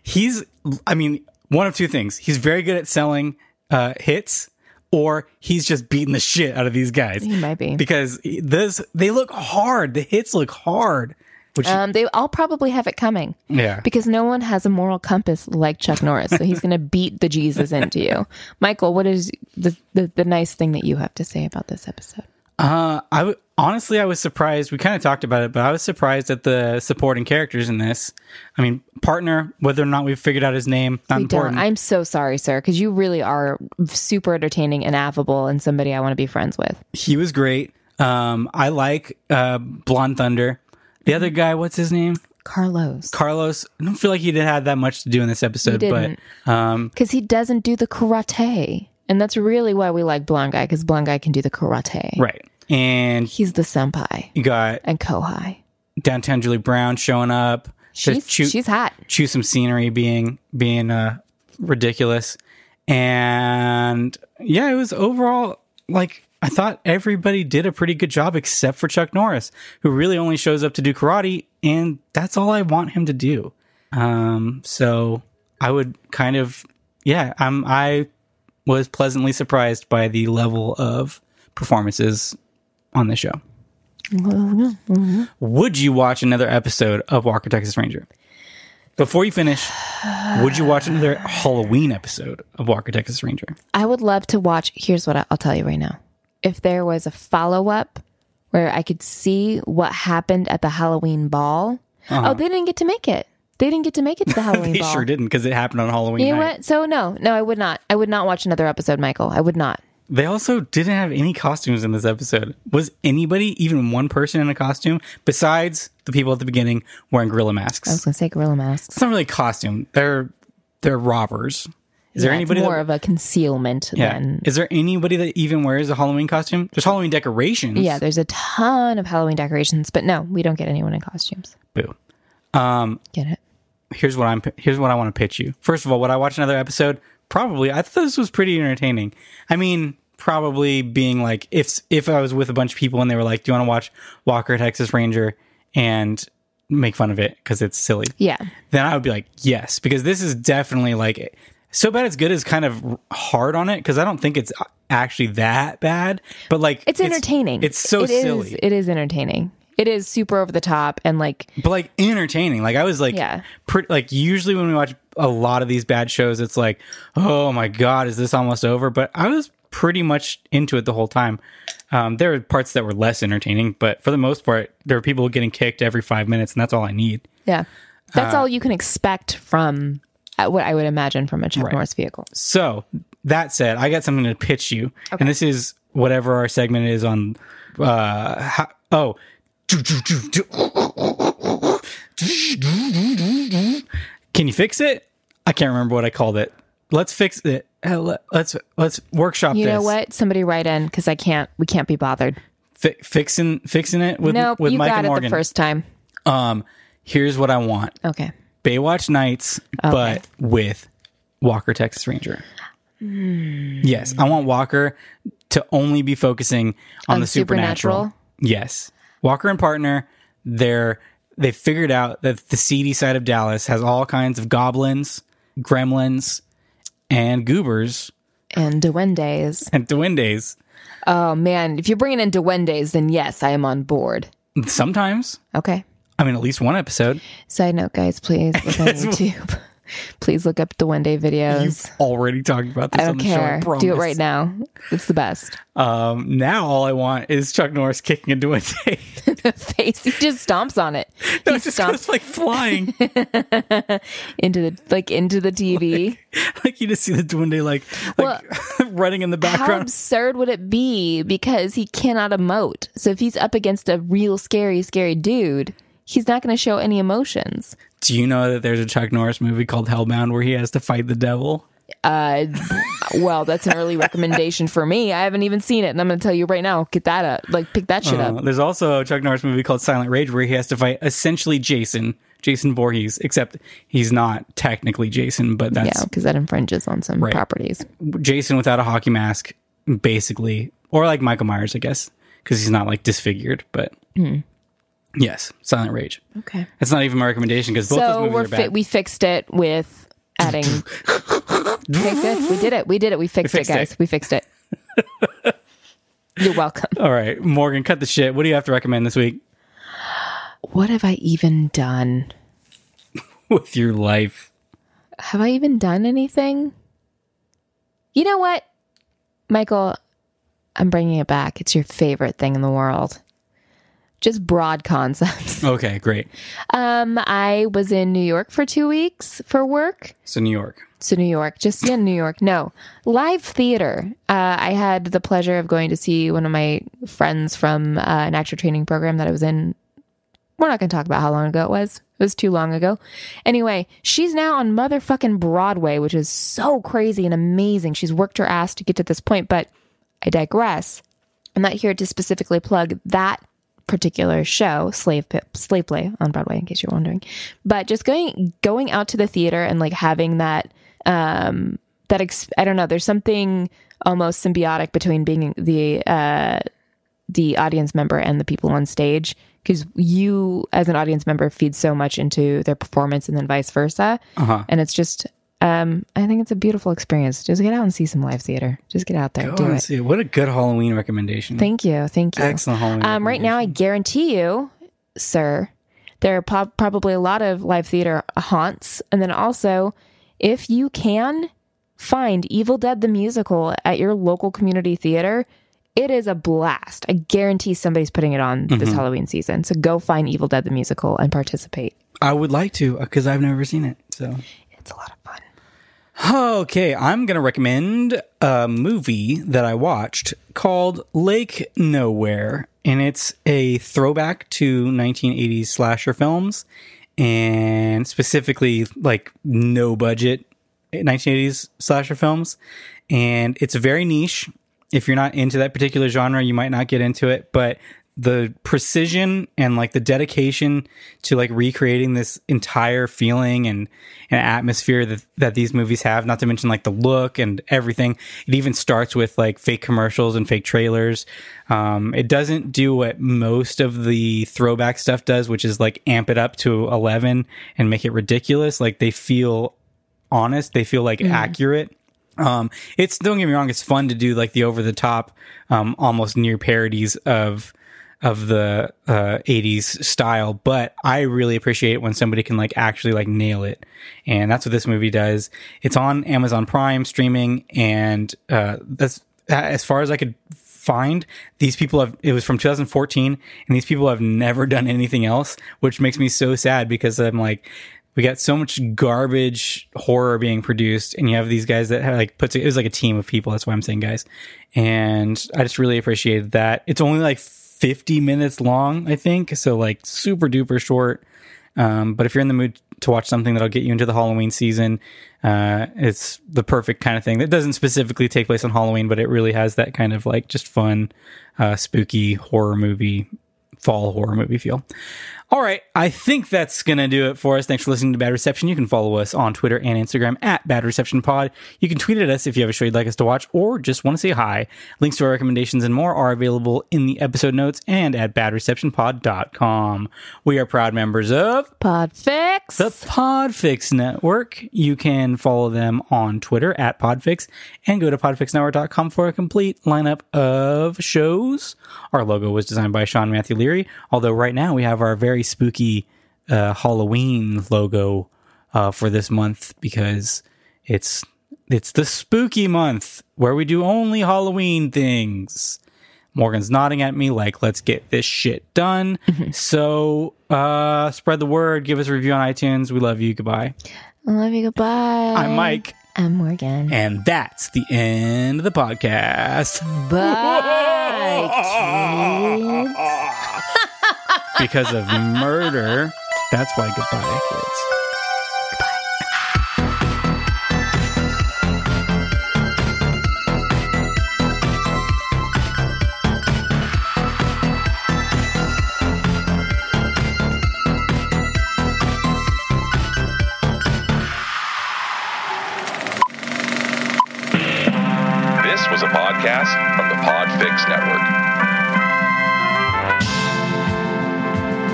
Speaker 2: he's i mean one of two things he's very good at selling uh, hits or he's just beating the shit out of these guys
Speaker 1: He might be.
Speaker 2: because this they look hard the hits look hard which
Speaker 1: Um, they all probably have it coming.
Speaker 2: Yeah.
Speaker 1: Because no one has a moral compass like Chuck Norris, so he's going to beat the Jesus into you. Michael, what is the, the the nice thing that you have to say about this episode?
Speaker 2: uh, i w- honestly i was surprised we kind of talked about it but i was surprised at the supporting characters in this i mean partner whether or not we've figured out his name not
Speaker 1: We
Speaker 2: important
Speaker 1: don't. I'm so sorry, sir, because you really are super entertaining and affable, and somebody I want to be friends with.
Speaker 2: he was great um, i like uh, blonde thunder the other guy what's his name
Speaker 1: Carlos,
Speaker 2: Carlos, I don't feel like he did have that much to do in this episode,
Speaker 1: He
Speaker 2: but
Speaker 1: didn't. because he doesn't do the karate, and that's really why we like blonde guy, because blonde guy can do the karate.
Speaker 2: right. And
Speaker 1: He's the senpai
Speaker 2: you got
Speaker 1: and kohai.
Speaker 2: downtown Julie Brown showing up to
Speaker 1: She's
Speaker 2: chew,
Speaker 1: she's hot.
Speaker 2: chew some scenery, being being uh, ridiculous, and yeah, it was overall like I thought everybody did a pretty good job except for Chuck Norris, who really only shows up to do karate, and that's all I want him to do. Um, so I would kind of yeah, I'm I was pleasantly surprised by the level of performances on the show. Would you watch another episode of Walker Texas Ranger? Before you finish, would you watch another Halloween episode of Walker Texas Ranger?
Speaker 1: I would love to watch. Here's what I, I'll tell you right now. If there was a follow up where I could see what happened at the Halloween ball. Oh, they didn't get to make it. They didn't get to make it to the Halloween
Speaker 2: Uh-huh. They
Speaker 1: ball.
Speaker 2: sure didn't because it happened on Halloween
Speaker 1: You know
Speaker 2: night.
Speaker 1: what? So no, no, I would not. I would not watch another episode, Michael. I would not.
Speaker 2: They also didn't have any costumes in this episode. Was anybody, even one person, in a costume besides the people at the beginning wearing gorilla masks?
Speaker 1: I was gonna say gorilla masks.
Speaker 2: it's not really a costume. They're they're robbers. Is there
Speaker 1: Yeah, it's
Speaker 2: anybody
Speaker 1: more
Speaker 2: that,
Speaker 1: of a concealment
Speaker 2: yeah.
Speaker 1: than
Speaker 2: Is there anybody that even wears a Halloween costume? There's Halloween decorations.
Speaker 1: yeah. There's a ton of Halloween decorations, but no, we don't get anyone in costumes.
Speaker 2: Boo.
Speaker 1: Get it?
Speaker 2: here's what I'm here's what I want to pitch you. First of all, would I watch another episode? Probably. I thought this was pretty entertaining. I mean, probably being like if if I was with a bunch of people and they were like, "Do you want to watch Walker Texas Ranger?" and make fun of it because it's silly.
Speaker 1: Yeah.
Speaker 2: Then I would be like, "Yes," because this is definitely like so bad it's good is kind of hard on it because I don't think it's actually that bad, but like
Speaker 1: It's entertaining.
Speaker 2: It's, so
Speaker 1: It is-
Speaker 2: silly.
Speaker 1: it is entertaining. It is super over the top and like
Speaker 2: but like entertaining. Like I was like,
Speaker 1: Yeah.
Speaker 2: pre- like usually when we watch a lot of these bad shows, it's like, oh my god, is this almost over? But I was pretty much into it the whole time. Um, there were parts that were less entertaining, but for the most part, there were people getting kicked every five minutes, and that's all I need.
Speaker 1: Yeah.
Speaker 2: Uh,
Speaker 1: That's all you can expect from uh, what I would imagine from a Chuck Norris vehicle.
Speaker 2: So that said, I got something to pitch you, and this is whatever our segment is on. Uh, how, oh. Can you fix it? I can't remember what I called it. Let's fix it. Uh, le- Let's let's workshop
Speaker 1: You
Speaker 2: this.
Speaker 1: know what? Somebody write in because I can't. We can't be bothered.
Speaker 2: Fi- fixing fixing it with
Speaker 1: nope,
Speaker 2: with
Speaker 1: you
Speaker 2: Mike
Speaker 1: got
Speaker 2: and
Speaker 1: it
Speaker 2: Morgan.
Speaker 1: the first time.
Speaker 2: Um, here's what I want:
Speaker 1: Okay.
Speaker 2: Baywatch Nights, but with Walker Texas Ranger.
Speaker 1: Hmm.
Speaker 2: Yes, I want Walker to only be focusing on
Speaker 1: On
Speaker 2: the supernatural.
Speaker 1: supernatural?
Speaker 2: Yes, Walker and partner. They're they figured out that the seedy side of Dallas has all kinds of goblins, gremlins, and goobers
Speaker 1: And Duendes.
Speaker 2: and duendes.
Speaker 1: Oh man, if you're bringing in Duendes, then yes, I am on board.
Speaker 2: Sometimes.
Speaker 1: Okay.
Speaker 2: I mean, at least one episode.
Speaker 1: Side note, guys, please look on YouTube. please look up Duende videos.
Speaker 2: You've already talked about this
Speaker 1: I
Speaker 2: on
Speaker 1: don't
Speaker 2: the show. I
Speaker 1: care. Do it
Speaker 2: promise.
Speaker 1: right now. It's the best.
Speaker 2: Um, now all I want is Chuck Norris kicking into a tape.
Speaker 1: The face. He just stomps on it.
Speaker 2: No,
Speaker 1: he
Speaker 2: it just
Speaker 1: stomps
Speaker 2: goes like flying.
Speaker 1: into the like into the TV.
Speaker 2: like you just see the Duende like, like running in the
Speaker 1: How
Speaker 2: background.
Speaker 1: absurd would it be? Because he cannot emote. So if he's up against a real scary, scary dude, he's not going to show any emotions.
Speaker 2: Do you know that there's a Chuck Norris movie called Hellbound where he has to fight the devil?
Speaker 1: Uh, well, that's an early recommendation for me. I haven't even seen it, and I'm going to tell you right now. Get that up. Like pick that shit
Speaker 2: Uh,
Speaker 1: up.
Speaker 2: there's also a Chuck Norris movie called Silent Rage where he has to fight essentially Jason, Jason Voorhees, except he's not technically Jason, but
Speaker 1: Yeah,
Speaker 2: that's
Speaker 1: because that infringes on some properties.
Speaker 2: Jason without a hockey mask, basically, or like Michael Myers, I guess, because he's not like disfigured. But yes, Silent Rage.
Speaker 1: Okay.
Speaker 2: It's not even my recommendation because both
Speaker 1: So
Speaker 2: those
Speaker 1: we're
Speaker 2: movies are
Speaker 1: fi-
Speaker 2: bad.
Speaker 1: we fixed it with adding. okay, good. We did it. We did it. We fixed,
Speaker 2: fixed
Speaker 1: it, guys.
Speaker 2: it.
Speaker 1: We fixed it. You're welcome.
Speaker 2: All right, Morgan, cut the shit. What do you have to recommend this week
Speaker 1: What have I even done?
Speaker 2: with your life?
Speaker 1: have I even done anything? You know what, Michael? I'm bringing it back. It's your favorite thing in the world. Just broad concepts.
Speaker 2: Okay, great.
Speaker 1: Um, I was in New York for two weeks for work.
Speaker 2: So New York.
Speaker 1: So New York, just yeah, New York. No live theater. Uh, I had the pleasure of going to see one of my friends from uh, an actor training program that I was in. We're not going to talk about how long ago it was. It was too long ago. Anyway, she's now on motherfucking Broadway, which is so crazy and amazing. She's worked her ass to get to this point, but I digress. I'm not here to specifically plug that particular show, Slave Pip, Slave Play on Broadway, in case you're wondering. But just going going out to the theater and like having that um that ex- I don't know, there's something almost symbiotic between being the uh the audience member and the people on stage because you as an audience member feed so much into their performance and then vice versa. And it's just um, I think it's a beautiful experience. Just get out and see some live theater. Just get out there,
Speaker 2: Oh,
Speaker 1: do it.
Speaker 2: let's see. What a good Halloween recommendation.
Speaker 1: Thank you. Thank you.
Speaker 2: Excellent Halloween
Speaker 1: Um, right now, I guarantee you, sir, there are po- probably a lot of live theater haunts. And then also, if you can find Evil Dead the Musical at your local community theater, it is a blast. I guarantee somebody's putting it on
Speaker 2: Mm-hmm.
Speaker 1: this Halloween season. So go find Evil Dead the Musical and participate.
Speaker 2: I would like to because I've never seen it. So
Speaker 1: It's a lot of fun.
Speaker 2: okay, I'm gonna recommend a movie that I watched called Lake Nowhere, and it's a throwback to 1980s slasher films, and specifically like no budget 1980s slasher films, and it's very niche. If you're not into that particular genre, you might not get into it, but the precision and like the dedication to like recreating this entire feeling and and atmosphere that that these movies have, not to mention like the look and everything. It even starts with like fake commercials and fake trailers. Um, it doesn't do what most of the throwback stuff does, which is like amp it up to eleven and make it ridiculous. Like they feel honest. They feel like accurate. Um, it's don't get me wrong. It's fun to do like the over the top, um, almost near parodies of of the uh, 80s style but i really appreciate when somebody can like actually like nail it and that's what this movie does it's on amazon prime streaming and uh, that's as far as i could find these people have it was from 2014 and these people have never done anything else which makes me so sad because i'm like we got so much garbage horror being produced and you have these guys that have like puts it was like a team of people that's why i'm saying guys and i just really appreciated that it's only like 50 minutes long i think so like super duper short um, but if you're in the mood to watch something that'll get you into the Halloween season, uh, it's the perfect kind of thing that doesn't specifically take place on Halloween, but it really has that kind of like just fun, uh, spooky horror movie, fall horror movie feel. All right, I think that's going to do it for us. Thanks for listening to Bad Reception. You can follow us on Twitter and Instagram at Bad Reception Pod. You can tweet at us if you have a show you'd like us to watch or just want to say hi. Links to our recommendations and more are available in the episode notes and at badreceptionpod.com. We are proud members of
Speaker 1: Podfix.
Speaker 2: the Podfix Network. You can follow them on Twitter at Podfix and go to podfixnetwork.com for a complete lineup of shows. Our logo was designed by Sean Matthew Leary, although right now we have our very spooky uh, Halloween logo uh, for this month because it's it's the spooky month where we do only Halloween things. Morgan's nodding at me like, let's get this shit done. So uh spread the word, give us a review on iTunes. We love you. Goodbye.
Speaker 1: I love you. Goodbye.
Speaker 2: I'm Mike.
Speaker 1: I'm Morgan.
Speaker 2: And that's the end of the podcast.
Speaker 1: Bye. kids.
Speaker 2: Because of murder. That's why goodbye, kids.
Speaker 5: This was a podcast from the Podfix Network.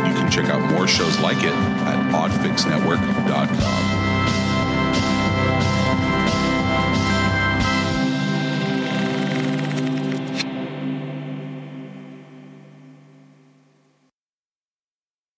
Speaker 5: You can check out more shows like it at podfixnetwork.com.